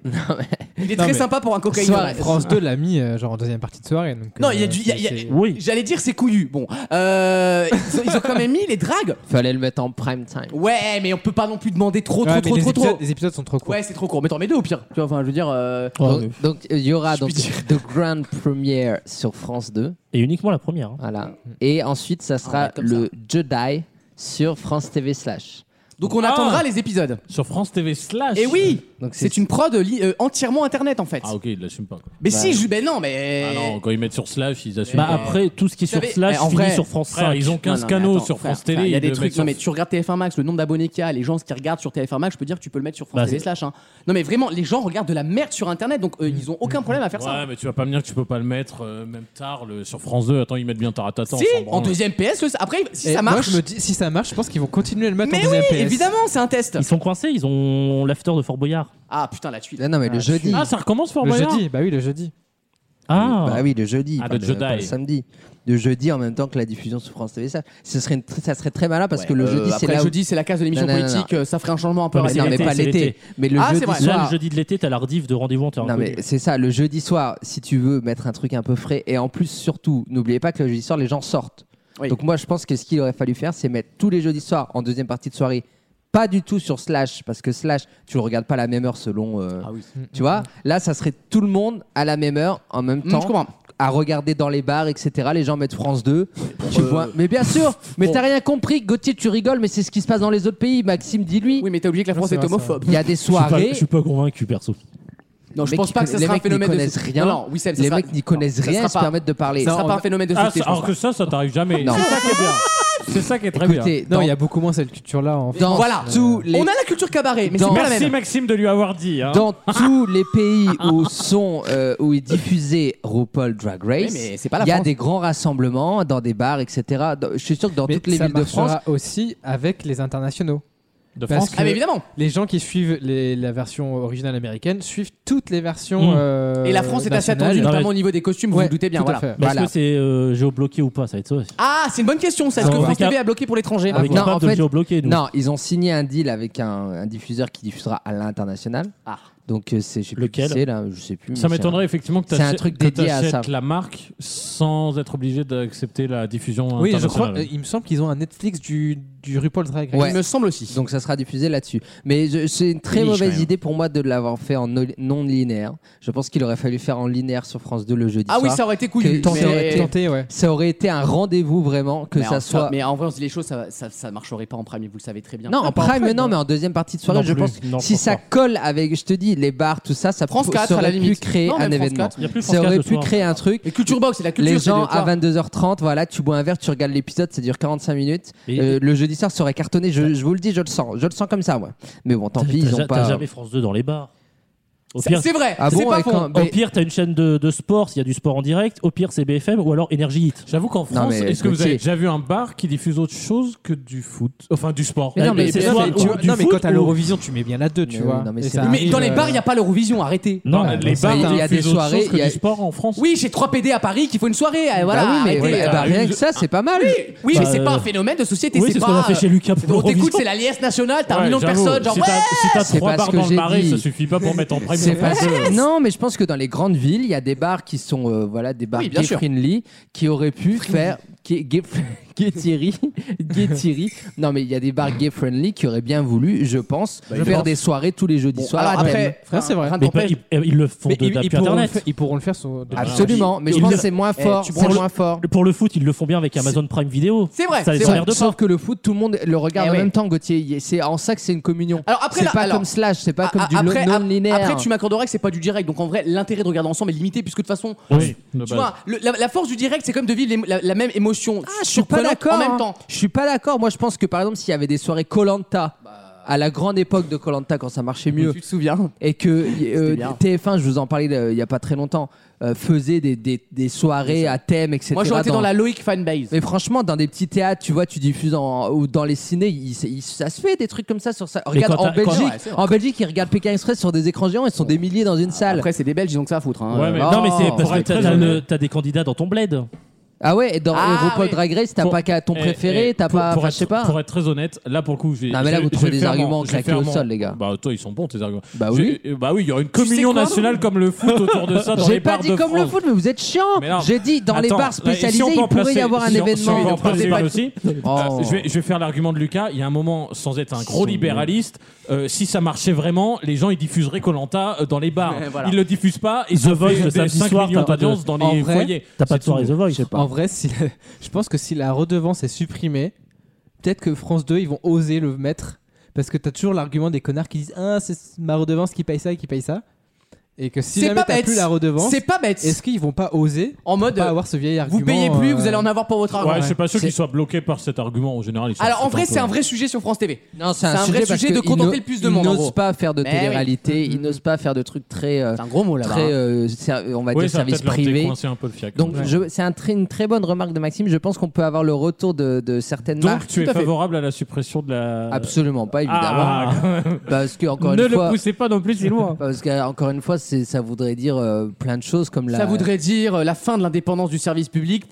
Il est très mais- sympa pour un cocaïne. Soirée. France 2 l'a mis euh, genre en deuxième partie de soirée. donc, Non, euh, il y a du. il y a- il y a- c'est- Oui. J'allais dire c'est couillu. Bon, Euh, ils, ont, ils ont quand même mis les dragues. Fallait le mettre en prime time. Ouais, mais on peut pas non plus demander trop, trop, Ouais, mais trop, les, trop, épisodes, trop. les épisodes sont trop courts. Ouais, c'est trop court. Mais t'en mets deux au pire. Tu vois, enfin, je veux dire. euh, Donc, donc, il y aura Je puis donc de grande première sur France 2, Et uniquement la première. hein. voilà. Et ensuite, ça Ah sera ouais, comme le Jedi sur France TV slash. Donc on Ah. attendra les épisodes. Sur France TV slash. Et Eh oui, Donc c'est c'est une prod li- euh, entièrement internet en fait. Ah ok, ils l'assument pas. Quoi. mais si, je. Ben non, mais. Ah non, quand ils mettent sur slash, ils assument. Bah pas. après, tout ce qui est sur savez, Slash eh, en finit vrai, sur France 5. euh, Frère, ils ont 15 Non, non, mais canaux attends, sur frère, France frère, Télé. Il y a ils des le trucs. mettent Non, sur- mais tu regardes TF1 Max, le nombre d'abonnés qu'il y a, les gens ce qui regardent sur TF1 Max, je peux dire que tu peux le mettre sur France Bah, TV c'est- slash. hein. Non, mais vraiment, les gens regardent de la merde sur internet, donc euh, ils ont aucun problème à faire ça. Ouais, mais tu vas pas me dire que tu peux pas le mettre euh, même tard le- sur France 2. Attends, ils mettent bien Taratata. Si, en deuxième PS, le- après, si Et ça Moi, marche. je me dis, si ça marche, je pense qu'ils vont continuer à le mettre en Mais oui, deuxième PS. évidemment, c'est un test. Ils sont coincés, ils ont l'after de Fort Boyard. Ah putain, la tuile. Ah non, mais le jeudi. Ah, ça recommence Fort Le Boyard jeudi, bah oui, le jeudi. Ah, Bah oui, le jeudi. Ah, pas le Jedi. pas samedi. Le jeudi en même temps que la diffusion sur France TV slash. Ce serait une tr- ça serait très malin parce que le jeudi, c'est Euh, Après, là où. jeudi, c'est la case de l'émission Non, non, non, politique, euh, ça ferait un changement un peu Ouais, Mais c'est non, radical. mais l'été, pas c'est l'été. l'été. Mais le Ah, c'est jeudi vrai. Là, le soir. jeudi de l'été, t'as la rediff de rendez-vous en terrain Non mais c'est ça, le jeudi soir, si tu veux mettre un truc un peu frais, et en plus surtout, n'oubliez pas que le jeudi soir, les gens sortent. Oui. Donc moi je pense que ce qu'il aurait fallu faire, c'est mettre tous les jeudis soirs en deuxième partie de soirée, pas du tout sur Slash, parce que Slash, tu le regardes pas à la même heure selon... euh, Ah oui. Tu vois, là ça serait tout le monde à la même heure, en même Mm, temps, je comprends. à regarder dans les bars, etc. Les gens mettent France 2, tu Euh, vois. Mais bien sûr, mais t'as rien compris, Gauthier, tu rigoles, mais c'est ce qui se passe dans les autres pays, Maxime, dis-lui. Oui, mais t'as oublié que la Non, France c'est est vrai, c'est homophobe. Il y a des Je suis, pas, soirées... je suis pas convaincu perso. Non, je Les pense mecs pas qui que ce sera conna- les un mecs n'y phénomène de connaissent société. rien. Non, non, Wissem, ce Les sera- mecs n'y connaissent ça rien, sera ils se pas- permettent de parler. Ça sera On- pas un phénomène de Ah, société. je ça- pense alors que pas. ça, ça t'arrive jamais. Non. C'est ça qui est bien. C'est ça qui est très bien. Écoutez, Non, dans- il y a beaucoup moins cette culture-là en dans Voilà. tous les On a la culture cabaret, mais c'est Dans- pas la Merci même. Maxime de lui avoir dit. hein. dans tous les pays où sont euh, où est diffusé RuPaul Drag Race, Oui, mais c'est pas la il y a France. des grands rassemblements dans des bars, etc. Dans- je suis sûr que dans Mais toutes les ça villes de marchera France, aussi avec les internationaux. De Parce France. que Ah, mais évidemment. les gens qui suivent les- la version originale américaine suivent toutes les versions. Hmm. Mm. euh, Et la France est assez nationales. attendue, Non, mais- notamment au niveau des costumes, vous Ouais, vous doutez bien. tout à Voilà. fait. Mais Voilà. Est-ce que c'est euh, géobloqué ou pas Ça va être ça aussi. Ah, c'est une bonne question. ça. Est-ce Ah, que on France va- TV a bloqué pour l'étranger On est non, capable en de fait- le géobloquer, nous. non, ils ont signé un deal avec un, un diffuseur qui diffusera à l'international. Ah. Donc euh, c'est je sais plus Lequel qui c'est là, je sais plus. Ça mais c'est un- m'étonnerait effectivement que tu c'est un truc dédié à ça. la marque sans être obligé d'accepter la diffusion Oui, je crois. internationale. euh, il me semble qu'ils ont un Netflix du, du RuPaul's Drag Race. Ouais. Ah, Il me semble aussi. Donc ça sera diffusé là-dessus. Mais je- c'est une très Niche, quand mauvaise même. idée pour moi de l'avoir fait en no- non linéaire. Je pense qu'il aurait fallu faire en linéaire sur France 2 le jeudi Ah oui, soir. ça aurait été couillu. Que tant mais- ça aurait été- Tenté, ouais. Ça aurait été un rendez-vous vraiment que mais en- ça soit. Mais en vrai, on se dit les choses, ça, ça, ça marcherait pas en prime, vous le savez très bien. Non, en Ah, pas prime, prime, non, ouais. mais en deuxième partie de soirée, Non je plus, pense. non, si France ça quatre. colle avec, je te dis, les bars, tout ça, ça France pou- 4, ça à la aurait pu limite. créer Non, même un France événement. 4. Il y a plus Ça France 4 aurait ce pu soir. créer un truc. Et culture box, c'est la culture. Les c'est de gens à voir. 22h30, voilà, tu bois un verre, tu regardes l'épisode, ça dure 45 minutes. Et- Euh, le jeudi soir, ça aurait cartonné, je, je vous le dis, je le sens. Je le sens comme ça, moi. Mais bon, tant T'as- pis, ils t'as ja- ont T'as pas. jamais France 2 dans les bars. Au C'est pire, c'est vrai, Ah c'est bon, pas et faux. quand- au mais- pire, t'as une chaîne de, de sport, s'il y a du sport en direct. Au pire, c'est BFM ou alors Energy Hit. J'avoue qu'en Non, France, mais est-ce que vous Gauthier- avez déjà vu un bar qui diffuse autre chose que du foot Enfin, du sport. Mais non, Eh, mais, c'est c'est- soit mais ou tu- du non, mais foot quand à ou- l'Eurovision, tu mets bien la 2, tu Mais vois. oui, non, mais Et c'est- ça Oui, Mais arrive, dans les euh, bars, il n'y a pas l'Eurovision, arrêtez. Non, Bah, les c'est bars un- il y a des diffusent autre soirées, chose que il y a- du sport en France. Oui, j'ai trois PD à Paris qu'il faut une soirée. et Voilà, Bah oui, mais arrêtez. voilà, euh, bah, rien une- que ça, c'est pas mal. Ah, Oui, oui, mais Bah, c'est pas un euh, phénomène de société. Oui, c'est ce qu'on a pas, fait euh, chez Lucas pour On t'écoute, l'Eurovision. c'est l'alliance nationale, t'as un Ouais, million de j'avoue. personnes. Genre, si ouais, t'as si t'as C'est trois pas ce bars que dans le j'ai marais, dit. ça suffit pas pour mettre en prime C'est sur pas- bah, France 2. Non, mais je pense que dans les grandes villes, il y a des bars qui sont euh, voilà des bars Oui, bien gay sûr. friendly qui auraient pu faire gay, gay, gay Thierry, gay Thierry. Non, mais il y a des bars gay friendly qui auraient bien voulu, je pense, je faire pense. des soirées tous les jeudis Bah, Bon, soirs. alors à thème. après, Frère, c'est vrai. rien ne Mais pas- t'empêche. ils, ils le font Mais de- ils, ils depuis pourront le Internet. faire- ils pourront le faire sur. de- Absolument, mais je Ils- pense ils- que c'est moins eh, fort. tu C'est prends le- moins fort. Pour le foot, ils le font bien avec Amazon Prime Video. C'est vrai, Ça les c'est emmerde vrai. pas. Sauf que le foot, tout le monde le regarde Eh en oui. même temps, Gauthier. Il- C'est en ça que c'est une communion. Alors après, c'est là- pas alors- comme slash, c'est pas comme Ah, du après, non ap- linéaire. après, tu m'accorderas que c'est pas du direct. Donc en vrai, l'intérêt de regarder ensemble est limité puisque de toute façon, Oui, de tu base. vois, le- la, la force du direct, c'est comme de vivre les- la, la même émotion. Ah, je suis pas surprenante d'accord. En même hein. temps. Je suis pas d'accord. Moi, je pense que par exemple, s'il y avait des soirées Colanta à la grande époque de Colanta quand ça marchait mieux Bah. Tu te souviens et que euh, bien. TF1, je vous en parlais euh, il y a pas très longtemps, euh, faisait des, des- des soirées à thème, etc. Moi, j'aurais été dans la Loïc fanbase. Mais franchement, dans des petits théâtres, tu vois, tu diffuses en- ou dans les cinés, il- il- ça se fait des trucs comme ça sur ça. Regarde quand en t'as- quand- Belgique, Ouais, c'est vrai. Ah, en Belgique, ils regardent Pékin Express sur des écrans géants, ils sont des milliers dans une salle. Après, c'est des Belges, ils ont que ça à foutre. hein. Ouais, mais- Oh. Non, mais c'est parce Pour que être t'as- très t'as honnête. le- t'as des candidats dans ton bled. Ah ouais, et dans Ah RuPaul oui. Drag Race, t'as Pour- pas qu'à ton Eh, préféré, eh, t'as pour- pas, pour enfin, être- je sais pas. Pour être très honnête, là pour le coup, j'ai. Non, mais là, j'ai- vous j'ai trouvez des fait un arguments ment, j'ai claqués fait un au ment. sol, les gars. Bah, toi, ils sont bons tes arguments. Bah oui. J'ai- euh, Bah oui, il y aura une sais communion quoi, nationale comme le foot autour de ça dans J'ai les pas bars dit de comme le France. foot, mais vous êtes chiant. Mais non. J'ai dit dans les Attends, bars spécialisés, et si on peut en il pourrait y placer- avoir un si on- événement. si on peut en placer Pas- une aussi. Oh. Euh, je, vais, je vais faire l'argument de Lucas. Il y a un moment, sans être un gros libéraliste, euh, si ça marchait vraiment, les gens ils diffuseraient Colanta euh, dans les bars. voilà. Ils le diffusent pas et ça The Voice, fait le des samedi 5 soir, millions t'as pas de- d'audience dans en les vrai, foyers. T'as pas C'est de soirée tout. The Voice. En vrai, si la- je pense que si la redevance est supprimée, peut-être que France 2, ils vont oser le mettre. Parce que t'as toujours l'argument des connards qui disent Ah, c'est ma redevance qui paye ça et qui paye ça. Et que si C'est jamais pas t'as bête. plus la redevance, C'est pas bête. est-ce qu'ils vont pas oser En mode, pas euh, avoir ce vieil argument vous payez plus, euh, vous allez en avoir pour votre argent. Ouais, je suis pas sûr C'est- qu'ils soient bloqués par cet argument en général. ils s'en Alors en foutent vrai, peu. c'est un vrai sujet sur France TV. Non, c'est un un vrai sujet parce sujet de que contenter ils no- le plus de monde, en Ils gros. n'osent pas faire de Mais télé-réalité, ils n'osent pas faire de trucs très, euh, C'est un gros mot là-bas. très, euh, ser- on va Oui, dire ça va service peut-être leur privé. décoincer un peu le fiac. Donc Ouais. je- c'est un très- une très bonne remarque de Maxime. Je pense qu'on peut avoir le retour de, de certaines Donc marques. tu es Tout à fait. favorable à la suppression de la. Absolument pas évidemment, Ah, parce que encore ne une le fois, poussez pas non plus si loin. parce que encore une fois, c'est- ça voudrait dire euh, plein de choses comme la. Ça voudrait dire euh, la fin de l'indépendance du service public.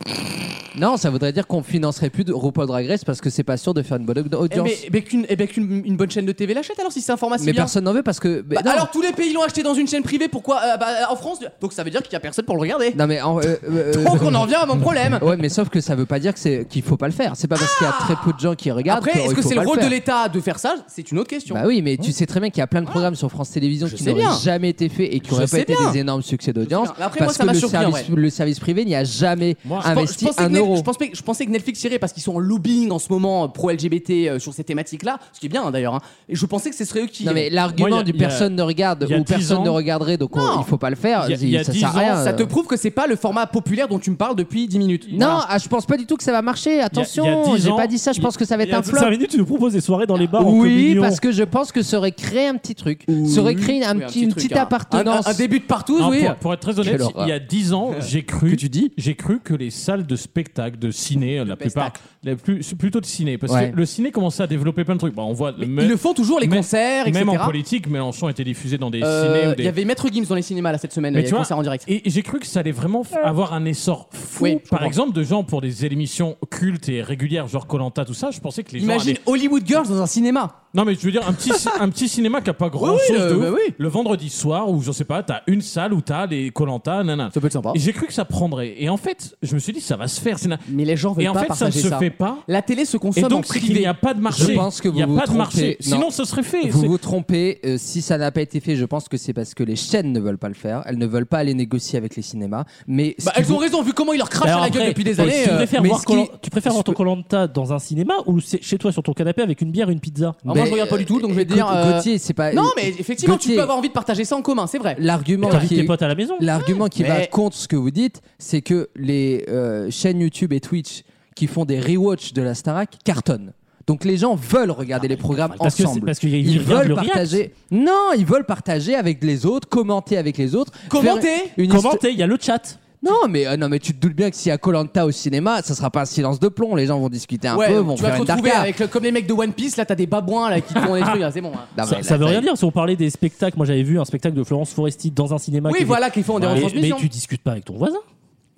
Non, ça voudrait dire qu'on financerait plus de RuPaul Drag Race parce que c'est pas sûr de faire une bonne Eh, audience. mais eh ben, qu'une eh ben, qu'une- une bonne chaîne de TV l'achète alors si c'est un format si Mais bien. personne n'en veut parce que. mais Bah, non. alors tous les pays l'ont acheté dans une chaîne privée, pourquoi euh, bah, en France Donc ça veut dire qu'il y a personne pour le regarder. Non mais en- euh, euh, euh, Donc on en vient à mon problème. Ouais, mais sauf que ça veut pas dire que c'est qu'il faut pas le faire. C'est pas parce qu'il y a très peu de gens qui regardent. Après, est-ce qu'il que faut c'est le pas rôle de Hein faire. l'État de faire ça C'est une autre question. Bah oui, mais tu sais très bien qu'il y a plein de programmes sur France Télévisions Je qui sais bien. n'auraient jamais été faits et qui Je n'auraient sais pas été bien. des énormes succès d'audience Je sais bien. Après, moi, parce ça que m'a le surpris, en service, le service privé n'y a jamais Moi, je Je pense- je investi pensais un que Net- euro. Je pensais, je pensais que Netflix irait parce qu'ils sont en lobbying en ce moment euh, pro-LGBT euh, sur ces thématiques-là, ce qui est bien hein, d'ailleurs. hein. Et je pensais que ce serait eux qui. euh, Non mais Moi, l'argument il y a- du il y a- personne ne regarde il y a ou 10 personne ans- ne regarderait, donc on- Non. il faut pas le faire. Il y a- il y a ça 10 sert à rien. ça te prouve que c'est pas le format populaire dont tu me parles depuis 10 minutes. Non, Voilà. ah, je pense pas du tout que ça va marcher. il y a Attention, 10 j'ai ans, pas dit ça. Je il- pense que ça va Il y être a un flop. 5 minutes, tu nous proposes des soirées dans les bars en Oui, communion. parce que je pense que ça aurait créé un petit truc. Ça aurait créé un Oui, petit, une truc, petite hein. appartenance. Un, un- un début de partout, Non, oui. pour, pour être très honnête, Quelle il y a 10 ans, j'ai cru, Que tu dis j'ai cru que les salles de spectacle, de ciné, la plupart, pestacle. les plus, plutôt de ciné, parce Ouais. que le ciné commençait à développer plein de trucs. Bah, on voit, me- Ils le font toujours, les mais- concerts, etc. même en politique, Mélenchon était diffusé dans des Euh, ciné ou Il des. y avait Maître Gims dans les cinémas là, cette semaine, Mais il y tu avait vois, concert en direct. Et j'ai cru que ça allait vraiment f- avoir un essor fou. Euh. Oui, je par comprends. exemple, de gens pour des émissions cultes et régulières, genre Colanta, tout ça. Je pensais que les gens Imagine allaient- Hollywood Girls dans un cinéma. Non, mais je veux dire, un petit, ci- un petit cinéma qui a pas grand chose Oui, oui, de le- ouf. bah oui. Le vendredi soir, où je sais pas, t'as une salle où t'as les Colanta, nanana. Ça peut être sympa. Et j'ai cru que ça prendrait. Et en fait, je me suis dit, ça va se faire. c'est na- Mais les gens veulent Et en pas fait, ça ne partager se ça. fait pas. La télé se consomme Et en donc, c'est privé. Bah, qu'il n'y a pas de marché. Je pense que vous Il n'y a vous pas de trompez. marché. Non. Sinon, ça serait fait. Vous C'est- vous trompez. euh, si ça n'a pas été fait, je pense que c'est parce que les chaînes ne veulent pas le faire. Elles ne veulent pas aller négocier avec les cinémas. Mais ce Bah, qui elles vous- ont raison, vu comment il leur crache à la gueule depuis des tu années. euh, préfères mais voir ce qui- Koh-Lan- tu préfères voir je peux- ton Colanta dans un cinéma ou c'est chez toi sur ton canapé avec une bière et une pizza Alors moi, Mais, je regarde pas du tout, donc je vais écoute, dire, euh, Gauthier, c'est pas. Non, mais effectivement, tu Gauthier. peux avoir envie de partager ça en commun, c'est vrai. L'argument Bah, T'invites qui tes est- potes à la maison L'argument qui va Mais- contre ce que vous dites, c'est que les euh, chaînes YouTube et Twitch qui font des rewatch de la Starac cartonnent. Donc les gens veulent Ah, regarder les programmes parce que c'est- ensemble. parce qu'il y a- ils, ils regardent veulent le react. partager. Non, ils veulent partager avec les autres, commenter avec les autres. faire Commenter une histo- Commentez, il y a le chat. Non, mais euh, non, mais tu te doutes bien que s'il y a Colanta au cinéma, ça sera pas un silence de plomb. Les gens vont discuter un Ouais, peu, vont tu vas faire te une retrouver darka. avec le- comme les mecs de One Piece, là t'as des babouins là qui te font des trucs, là, c'est bon. hein. Non, Ça, mais ça là, veut rien y- dire. Si on parlait des spectacles, moi j'avais vu un spectacle de Florence Foresti dans un cinéma. qui Oui, était- voilà qu'ils font des Ouais, mais retransmissions. tu discutes pas avec ton voisin.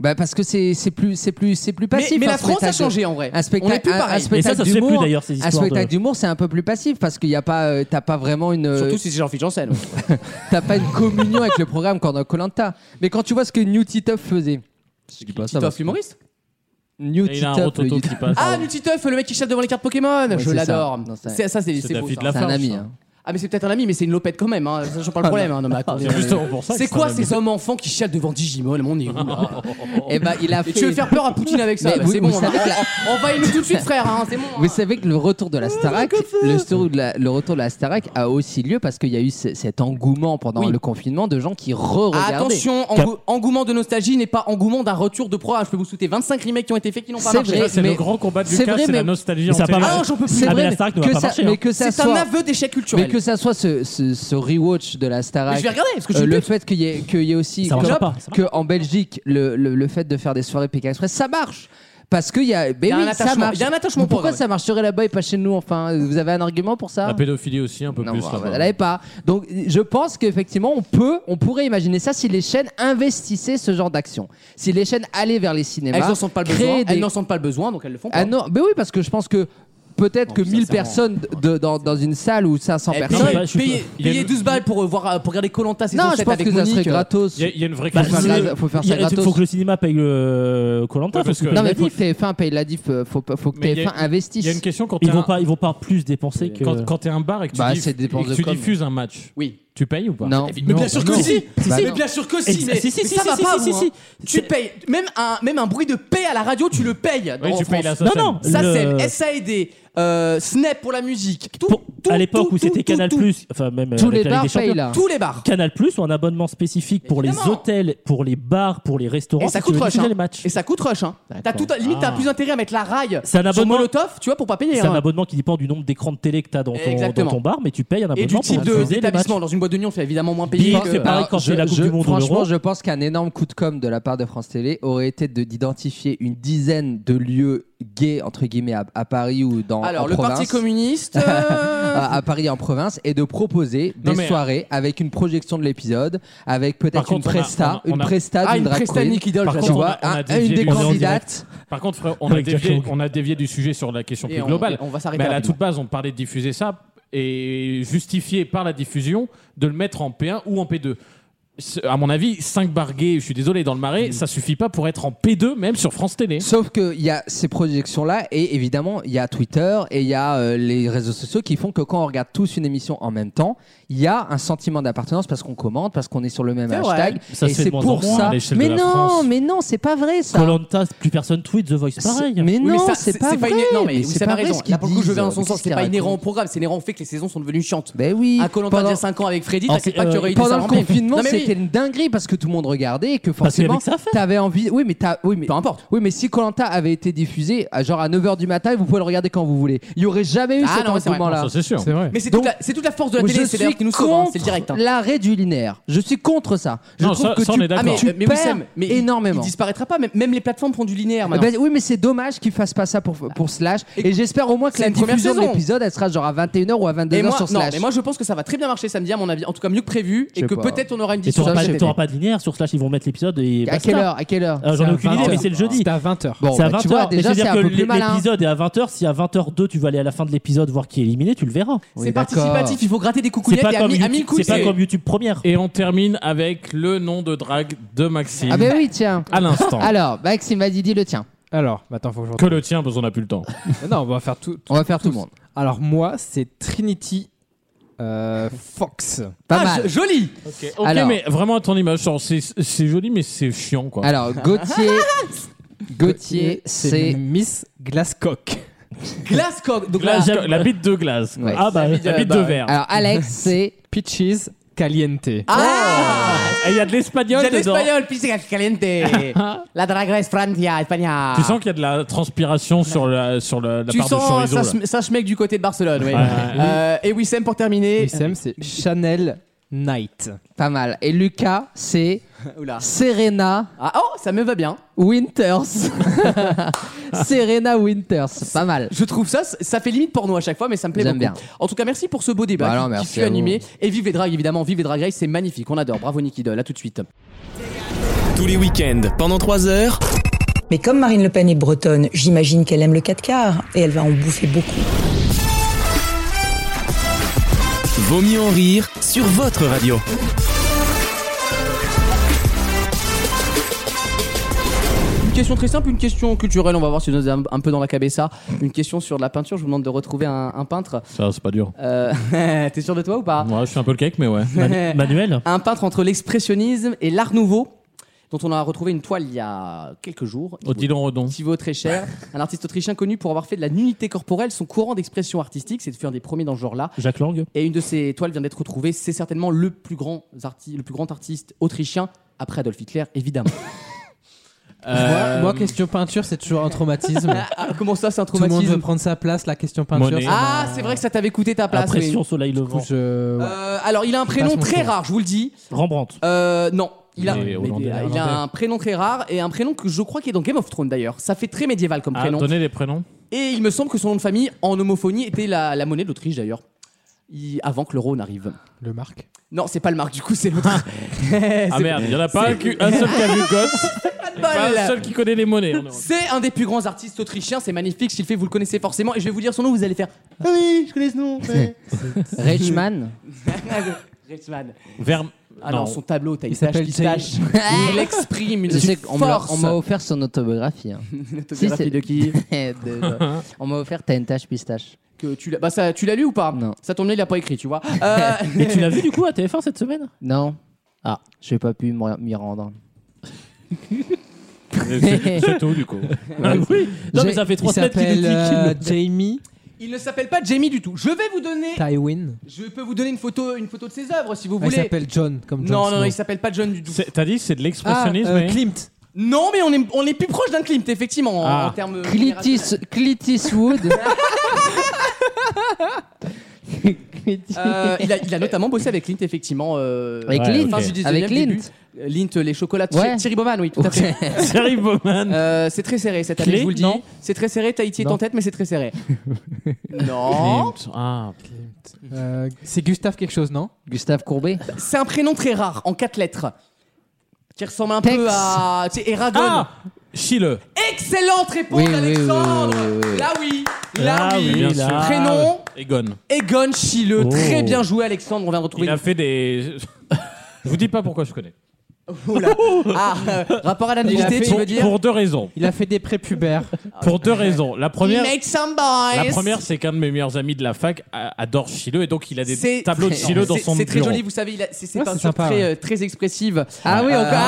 Bah parce que c'est c'est plus c'est plus c'est plus Mais, passif. mais un la France a spectacle de- changé en vrai. Un spectacle, On est plus un- un pareil. Et ça, spectacle ça se fait plus d'humour- d'ailleurs ces Un histoires. spectacle de... d'humour, c'est un peu plus passif parce qu'il n'y a pas, euh, t'as pas vraiment une, euh, Surtout si c'est Jean-Philippe Janssen. ouais. t'as pas une communion avec le programme quand Colanta. Mais quand tu vois ce que New Titeuf faisait, je dis pas ça. Titeuf, l'humoriste New Et il a un Titeuf, rototo le- qui passe. Ah, Nutiteuf, le mec qui chasse devant les cartes Pokémon, je c'est l'adore. ça. Non, c'est- C'est ça, c'est c'est la beau, fille de ça. la c'est un forge, ami. ça. hein. Ah, Ah, mais c'est peut-être un ami, mais c'est une lopette quand même, hein. ça change pas le problème. hein. Non, mais attendez, C'est on est- justement pour ça. que C'est ça quoi m'a ces mis- hommes enfants qui chialent devant Digimon là, On est où là Et bah, il a Et fait. tu veux faire peur à Poutine avec ça Mais bah, vous- C'est bon, vous on va- savez que la- on- on va y nous tout de suite, frère. hein, C'est bon. Vous hein. savez que le retour de la Starac, le, retour de la- le retour de la Starac a aussi lieu parce qu'il y a eu ce- cet engouement pendant Oui. le confinement de gens qui Ah, re-regardaient. Attention, engou- engouement de nostalgie n'est pas engouement d'un retour de proie. Je peux vous souhaiter 25 remakes qui ont été faits qui n'ont pas C'est marché. vrai. Ça, C'est Mais- le grand combat de c'est Lucas, vrai, c'est la mais- nostalgie. mais ça en a pas télé. marché. Ah non, j'en peux plus. Ah, C'est mais la vrai Starac ne va que pas ça- marcher, hein. mais que ça C'est un soit- aveu d'échec Mais culturel. que ça soit ce, ce, ce rewatch de la Mais Starac. je vais regarder parce que je Euh, suis le pute. fait qu'il y ait, qu'il y ait aussi Ça marche comme- pas, ça marche que en Belgique le, le, le fait de faire des soirées Pékin Express ça marche parce qu'il y a ben Il y a un oui, ça attachement- marche. il y a un attachement Mais pourquoi pour, ouais. ça marcherait là-bas et pas chez nous enfin vous avez un argument pour ça Bah, La pédophilie aussi, un peu non, plus. bah, là-bas. voilà, elle l'avait pas. Donc, je pense qu'effectivement, on peut, on pourrait imaginer ça si les chaînes investissaient ce genre d'action. Si les chaînes allaient vers les cinémas, Elles n'en sentent pas le créer besoin. des- Elles n'en sentent pas le besoin, donc elles le font pas. Ah non, mais oui, parce que je pense que peut-être que ça, 1000 c'est vraiment- personnes de- dans, dans une salle ou 500 Eh, personnes. pareil, payez- je suis- payez- il y a payez le- 12 balles pour, euh, voir, euh, pour regarder Colanta saison Non, je 7 pense avec que ça Monique. euh, serait gratos. Il y a- il y a une vraie Bah, Faut faire c'est- question. ça- faut faire ça il y a- gratos. faut que le cinéma paye le Colanta. Ouais, parce que- Non, mais Mais dis, TF1 paye la diff, euh, faut, pas- faut que Mais il y TF1 a- Il investisse. y a une question quand t'es ils vont un- pas, ils vont pas plus dépenser que. quand quand t'es un bar et que tu Bah, diff- c'est des et dépenses que de tu com. diffuses un match, Oui. tu payes ou pas Non. Mais bien sûr que Non. si. Bah Mais non. bien sûr que Et- si. Mais si, si, mais si, ça si, va si, pas. si, vous, si, hein. si. Tu C'est- payes. Même un même un bruit de paix à la radio, tu le payes. Oui, en tu payes France. la Non, SACEM. non, Ça SACEM, le- SAID, euh, Snap pour la musique. Tout, pour- tout, à l'époque tout, où tout, c'était tout, Canal tout. Plus, enfin même Tous avec les la Ligue bars des Champions, payent là. Tous les bars. Canal Plus ou un abonnement spécifique pour les Évidemment. hôtels, pour les bars, pour les restaurants. Et ça si tu veux coûte rush. diffuser hein. les matchs. Et ça coûte rush. Hein. T'as tout, limite, t'as Ah. plus intérêt à mettre la rail C'est un sur abonnement. Molotov, tu vois, pour pas payer. C'est un hein. abonnement qui dépend du nombre d'écrans de télé que t'as dans ton, dans Exactement. ton bar, mais tu payes un Et du abonnement type de- pour diffuser les matchs. d'établissement. Dans une boîte de nuit, on fait évidemment moins payer. Big, que- c'est pareil quand je- c'est la Coupe je- du Monde ou Franchement, l'Euro. je pense qu'un énorme coup de com' de la part de France Télé aurait été de- d'identifier une dizaine de lieux gays, entre guillemets, à, à Paris ou dans en Alors, le province. Parti communiste. euh, à, à Paris en province et de proposer Non, des mais- soirées avec une projection de l'épisode, avec Par peut-être une contre, on a- presta, on a- on une a- presta Ah, d'une une drag presta queen. Nick Idol, Par Tu contre, on vois, a- on a un- dévié une du- des on est en candidates. Par contre, frère, on a, Avec Jack dévié, Lang. on a dévié du sujet sur la question Et plus on- globale. et on va s'arrêter Mais à la rapidement. toute base, on parlait de diffuser ça et justifier par la diffusion de le mettre en P1 ou en P2. Ce- À mon avis, 5 bars gays, je suis désolé, dans le Mm. marais, ça suffit pas pour être en P2, même sur France Télé. Sauf qu'il y a ces projections-là, et évidemment, il y a Twitter et il y a euh, les réseaux sociaux qui font que quand on regarde tous une émission en même temps, il y a un sentiment d'appartenance parce qu'on commente, parce qu'on est sur le même C'est hashtag. vrai. Ça se et fait de c'est moins en pour moins à ça. l'échelle de Mais la non, France. mais non, c'est pas vrai ça. Colanta, plus personne tweet, The Voice, pareil. C'est- Mais Oui, mais non, ça, c'est pas vrai. une- Non, mais, vous c'est avez pas vrai raison. ce qu'ils Là, pour le coup, je disent. vais dans son Mais sens. qu'est-ce C'est pas qu'ils inhérent au racontent programme, c'est inhérent au fait que les saisons sont devenues chiantes. Ben oui. À Colanta, il y pendant, a 5 ans avec Freddy, Ah, t'inquiète c'est- pas qu'il y euh, aurait eu des pendant salles le remplies. confinement, Non, mais oui. c'était une dinguerie parce que tout le monde regardait et que Parce qu'il y avait forcément, que ça à faire. t'avais envie. Oui, mais t'as. Oui, mais Peu importe. Oui, mais si Colanta avait été diffusé à genre à 9h du matin, vous pouvez le regarder quand vous voulez. Il y aurait jamais eu Ah cet non, mais c'est vrai. engouement-là. Ça, c'est sûr. C'est vrai. Mais c'est Donc- toute la- c'est toute la force de la Moi, télé, c'est d'ailleurs qui nous sauve, hein, c'est le direct. hein. l'arrêt du linéaire. Je suis contre ça. Je Non, trouve ça- que ça, on tu, est d'accord. Ah, mais, tu mais perds Wissem, mais il- énormément. Il, disparaîtra pas, même, même les plateformes font du linéaire Eh maintenant. ben oui, mais c'est dommage qu'ils fassent pas ça pour, pour Slash. Et, j'espère au moins que c'est la une première diffusion de saison. l'épisode, elle sera genre à 21h ou à Et 22h moi, sur non, Slash. mais moi je pense que ça va très bien marcher samedi à mon avis, en tout cas mieux que prévu, Je et sais que pas. peut-être on aura une Et T'auras ça, pas, c'est- t'auras pas de linéaire sur Slash, ils vont mettre l'épisode et. À basta. quelle heure À quelle heure Euh, J'en ai aucune idée, mais c'est le jeudi. C'était à 20h. Bon, c'est à bah, 20h. tu vois, déjà, c'est C'est-à-dire un que peu plus malin. l'épisode est à 20h. Si à 20h02, tu vas aller à la fin de l'épisode voir qui est éliminé, tu le verras. C'est participatif, il faut gratter des C'est coucouillettes pas, et à comme mi- à YouTube, mille couilles. c'est pas c'est- comme YouTube première. Et on termine avec le nom de drague de Maxime. Ah, ben oui, tiens. À l'instant. Alors, Maxime vas-y, dis le tien. Alors, bah, attends, faut que je Que le tien, parce qu'on n'a plus le temps. retrouve. Non, on va faire tout. On va faire tout le monde. Alors, moi, c'est Trinity euh, Fox. Pas Ah, mal. jo- joli Ok, Alors- mais vraiment à ton image, genre, c'est- c'est joli, mais c'est chiant, quoi. Alors, Gauthier. Gauthier, c'est. Miss Glasscock. Glasscock. Donc là, Glace- la bite de glace. Ouais. Ah bah, La bite de verre. Alors, Alex, c'est. Peaches Caliente. Ah Et il y a de l'espagnol Il y a de dedans. l'espagnol, pizza caliente. La dragresse francia, espagnole. Tu sens qu'il y a de la transpiration sur la, sur la, la Tu part de sens ça, chorizo. là. se- ça se mec du côté de Barcelone, oui. Ouais, Ah, ouais. Euh, et Wissem pour terminer. Sam, c'est Chanel Knight. Pas mal. Et Lucas, c'est. Oula. Serena Ah, oh, ça me va bien. Winters. Serena Winters. Pas mal. Je trouve ça, ça fait limite porno à chaque fois, mais ça me plaît J'aime beaucoup. bien. En tout cas, merci pour ce beau débat Bah alors, qui- qui, merci fut à animé. Et vive les dragues, évidemment, vive les drag race, c'est magnifique, on adore. Bravo Niki Doll, à tout de suite. Tous les week-ends, pendant 3 heures, Mais comme Marine Le Pen est bretonne, j'imagine qu'elle aime le 4 quarts et elle va en bouffer beaucoup. Vaut mieux en rire sur votre radio. Une question très simple, une question culturelle, on va voir si vous êtes un, un peu dans la cabessa. Une question sur la peinture, je vous demande de retrouver un, un peintre. Ça, c'est pas dur. Euh, T'es sûr de toi ou pas Moi, je suis un peu le cake, mais ouais. Manu- Manuel un peintre entre l'expressionnisme et l'art nouveau, dont on a retrouvé une toile il y a quelques jours. Oh, Au Odilon Redon. qui vaut très cher, un artiste autrichien connu pour avoir fait de la nudité corporelle son courant d'expression artistique, c'est de faire des premiers dans ce genre-là. Jacques Lang Et une de ses toiles vient d'être retrouvée, c'est certainement le plus, grand arti- le plus grand artiste autrichien, après Adolf Hitler, évidemment. Euh, Ah, Moi, moi, question peinture, c'est toujours un traumatisme. Ah, comment ça, c'est un Tout le monde veut traumatisme prendre sa place, la question peinture. Monet. ça Ah, m'a- c'est vrai que ça t'avait coûté ta place. Impression oui. Soleil Levant. Je- ouais. Euh, alors, il a un prénom passe mon très tour. rare, je vous le dis. Rembrandt. Euh, non. Il a, Mais hollandais, il a néerlandais. un prénom très rare et un prénom que je crois qui est dans Game of Thrones d'ailleurs. Ça fait très médiéval comme Ah, prénom. donnez les prénoms. Et il me semble que son nom de famille, en homophonie, était la, la monnaie de l'Autriche d'ailleurs. Il- Avant que l'euro n'arrive. Le marque. Non, c'est pas le marque, du coup, c'est l'autre. C'est Ah merde, il y en a pas un, qui- un seul qui a vu Goth, pas de pas un bol. seul qui connaît les monnaies. en Europe. C'est un des plus grands artistes autrichiens, c'est magnifique, s'il fait, vous le connaissez forcément. Et je vais vous dire son nom, vous allez faire Ah oui, je connais ce nom. ouais. Reichmann. Reichmann. Vers... Ah non, non, son tableau, t'as une Il s'appelle tache qui se lâche. Il exprime une Je sais qu'on me l'a- force. on m'a offert son autobiographie. hein. Une Si, autobiographie c'est- de qui De- On m'a offert T'as une tache pistache. que tu l'as bah, ça- tu l'as lu ou pas Non. Ça tombe bien, il a pas écrit, tu vois. Euh, Mais tu l'as vu du coup à TF1 cette semaine Non Ah, j'ai pas pu m'y m'y rendre. c'est c'est tout du coup. Ah Oui Non, mais ça fait 3 Il semaines qu'il est s'appelle euh, dit qu'il Jamie il ne s'appelle pas Jamie du tout. Je vais vous donner Tywin. je peux vous donner une photo une photo de ses œuvres si vous Ah, il voulez. s'appelle John, comme John non, non, Snow. non, il s'appelle pas John du tout. C'est- T'as dit c'est de Ah, l'expressionnisme. hein. euh, mais- Klimt. Non, mais on est, on est plus proche d'un Klimt, effectivement, en- Ah. en termes. Clint, East- Clint Eastwood. Clint- Euh, il, a, il a notamment bossé avec Clint, effectivement. euh, Avec Ouais, Clint ok. fin du 19e, Avec Clint début. Euh, Lint, les chocolats. Ouais. Thierry Bowman, oui, tout à fait. Thierry Bowman. Euh, c'est très serré cette année, Clé je vous le dis. Non. C'est très serré, Tahiti est Non. en tête, mais c'est très serré. non. Klimt. Ah, Euh, c'est Gustave quelque chose, non Gustave Courbet. C'est un prénom très rare, en quatre lettres. Qui ressemble un Tex. peu à. Tu sais, Eragon. ah Chile. Excellente réponse, Oui, oui, Alexandre oui, oui, oui, oui. Là oui, là Ah Là oui. oui, là. Prénom, Egon. Ah. Egon Schiele. Oh. Très bien joué, Alexandre. On vient de Il retrouver a fait des. Je vous dis pas pourquoi je connais. Ah, euh, rapport à la Il a nudité, fait- tu veux Pour, dire Ah, pour deux raisons. Il a fait des prépubères. Pour deux raisons. La première, He makes some boys. la première, c'est qu'un de mes meilleurs amis de la fac a- adore Chilo et donc il a des C'est- tableaux de c'est- Chilo dans c'est- son C'est très bureau. joli, vous savez, il a- c'est c'est Ouais, pas c'est sympa, très, ouais. euh, très expressive. Ah oui, Euh, encore.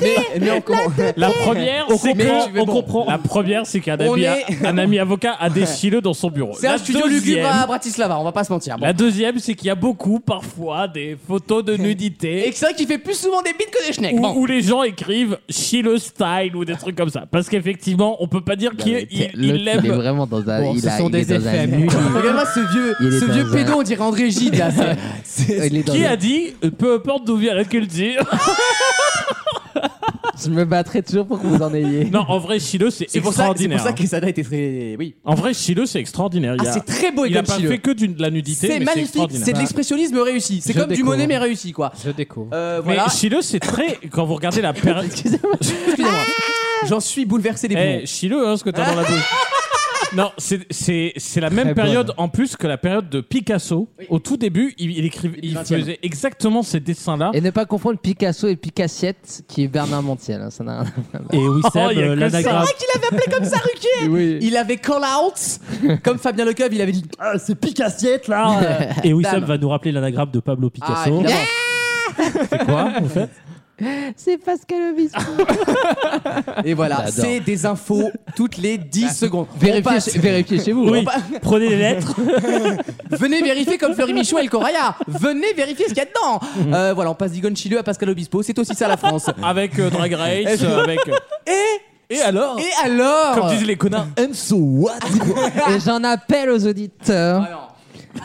mais, mais on com- La première, c'est comprend, que- tu veux- on bon. comprend. La première, c'est qu'un On ami, a- est- un ami avocat a des Chilo dans son bureau. C'est La un studio lugubre à deuxième, Bratislava, on va pas se mentir. Bon. la deuxième, c'est qu'il y a beaucoup parfois des photos de nudité Et que c'est vrai qu'il fait plus souvent des beats que des schnecks. Où, Bon. où les gens écrivent Chilo style ou des trucs comme ça. Parce qu'effectivement, on peut pas Bah, dire qu'il il- Le- il il est l'aime. vraiment dans un. Oh, Bon, Ah, il ce a- sont il des est dans un effets nul. Regarde-moi ce vieux, Il est ce vieux dans un- pédo, on dirait André Gide là. c'est- c'est- Il est dans Qui un- a dit, euh, peu importe d'où vient la culture, Je me battrai toujours pour que vous en ayez. Non, en vrai, Chilo, c'est C'est pour ça- c'est pour extraordinaire. hein. ça qu'Esada était très. Oui. En vrai, Chilo, c'est extraordinaire. Il Ah, a- c'est très beau, Il a Egon pas Schiele. fait que du- de la nudité. C'est mais magnifique, extraordinaire. c'est de l'expressionnisme réussi. C'est Je comme du découvre. Monet mais réussi quoi. Je découvre. Euh, Mais voilà. Chilo, c'est très. Quand vous regardez la période. Excusez-moi. J'en suis bouleversé des Eh, poumons. Chilo, hein, ce que t'as dans la bouche. Non, c'est- c'est c'est la même bonne. période en plus que la période de Picasso. Au tout début, il, il écrivait, il 20e. faisait exactement ces dessins-là. Et ne pas confondre Picasso et Picassiette, qui est Bernard Montiel. hein, Ça n'a rien à voir. Et oui, Seb, Oh, il y a euh, que C'est l'anagramme. vrai qu'il avait appelé comme ça Ruquier Il avait call out Comme Fabien Lecoeuf, il avait dit Ah, c'est Picassiette là euh. Et oui, Dame. Seb va nous rappeler l'anagramme de Pablo Ah, Picasso. évidemment. c'est quoi, en fait C'est Pascal Obispo. Et voilà, J'adore. c'est des infos toutes les Ah. 10 secondes. On Vérifiez, passe- chez, vérifiez chez vous. Oui, hein. prenez les lettres. Venez vérifier comme Fleury Michon et le Coraya Venez vérifier ce qu'il y a dedans Mhm. Euh, Voilà, on passe d'Igon Chileux à Pascal Obispo, c'est aussi ça la France. Avec euh, Drag Race, euh, avec. Et, alors Et alors Ah. Comme disent les connards. Et j'en appelle aux auditeurs Ah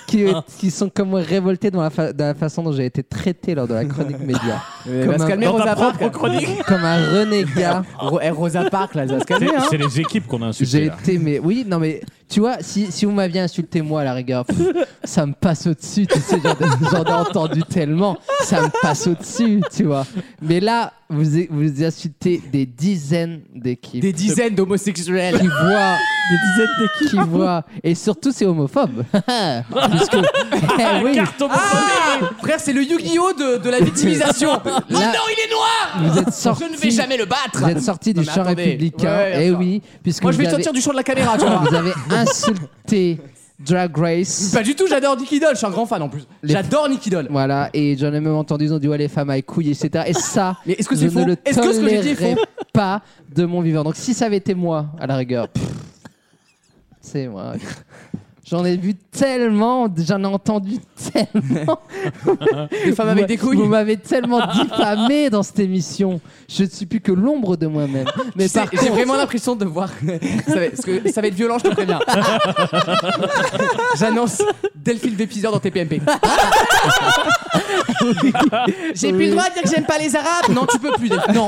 qui, qui sont comme moi révoltés dans la, fa- dans la façon dont j'ai été traité lors de la chronique média. non. Comme va se un- calmer, Dans Eh, Rosa ta propre Parks. chronique. Comme un renégat. Ro- eh, Rosa Parks, là, ça va se calmer. C'est hein. c'est les équipes qu'on a J'ai insultées. là. été, mais oui, non, mais tu vois, si, si vous m'aviez insulté, moi, à la rigueur, pff, ça me passe au-dessus, tu sais, j'en ai- j'en ai entendu tellement, ça me passe au-dessus, tu vois. Mais là, vous, vous insultez des dizaines d'équipes Des dizaines d'homosexuels. qui voient, Des dizaines d'équipes. qui voient, et surtout, c'est homophobe. Puisque, eh oui, Carton Ah Frère, c'est le Yu-Gi-Oh! De, de la victimisation! oh non, Là- il est noir! vous êtes Je ne sortis, vais jamais le battre! vous êtes sortis Non, du mais champ attendez. républicain, Ouais, ouais, eh bien sûr. oui, puisque Moi, je vous, vais avez, sortir du champ de la caméra, tu vois! vous avez insulté Drag Race. Pas du tout, j'adore Nicky Doll, je suis un grand fan en plus! Les- J'adore Nicky Doll! Voilà, et j'en ai même entendu, ils ont dit ouais, les femmes à couilles, etc. Et ça, Mais est-ce que je c'est faux ne le Est-ce que ce que j'ai dit est faux tolérerai pas de mon vivant. Donc si ça avait été moi, à la rigueur, pff, c'est moi. J'en ai vu tellement, j'en ai entendu tellement. Des femmes avec des Vous couilles! m'avez tellement diffamé dans cette émission. Je ne suis plus que l'ombre de moi-même. Mais Tu sais, par J'ai contre- vraiment l'impression de voir. ça, va, parce que ça va être violent, je te préviens. J'annonce Delphine Dépiseur dans TPMP. J'ai plus le droit de dire que j'aime pas les Arabes. Non, tu peux plus. Delphine. Non,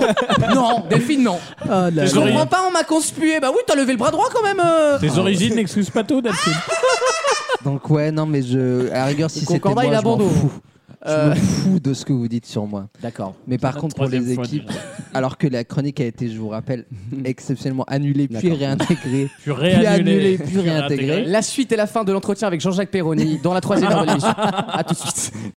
non, Delphine, non. Oh là Je J'aurais- comprends pas, on m'a conspué. Bah oui, t'as levé le bras droit quand même. euh. Tes origines n'excusent pas tout, Delphine. Donc ouais, non, mais je, à la rigueur, si c'était Concordat, moi, il je a m'en bandeau. fous. Je Euh, me fous de ce que vous dites sur moi. D'accord. Mais par la contre, pour les troisième fois équipes, alors que la chronique a été, je vous rappelle, exceptionnellement annulée, puis réintégrée, Puis puis réannulé. annulée, puis réintégrée. La suite et la fin de l'entretien avec Jean-Jacques Perroni dans la troisième heure de l'émission. A tout de suite.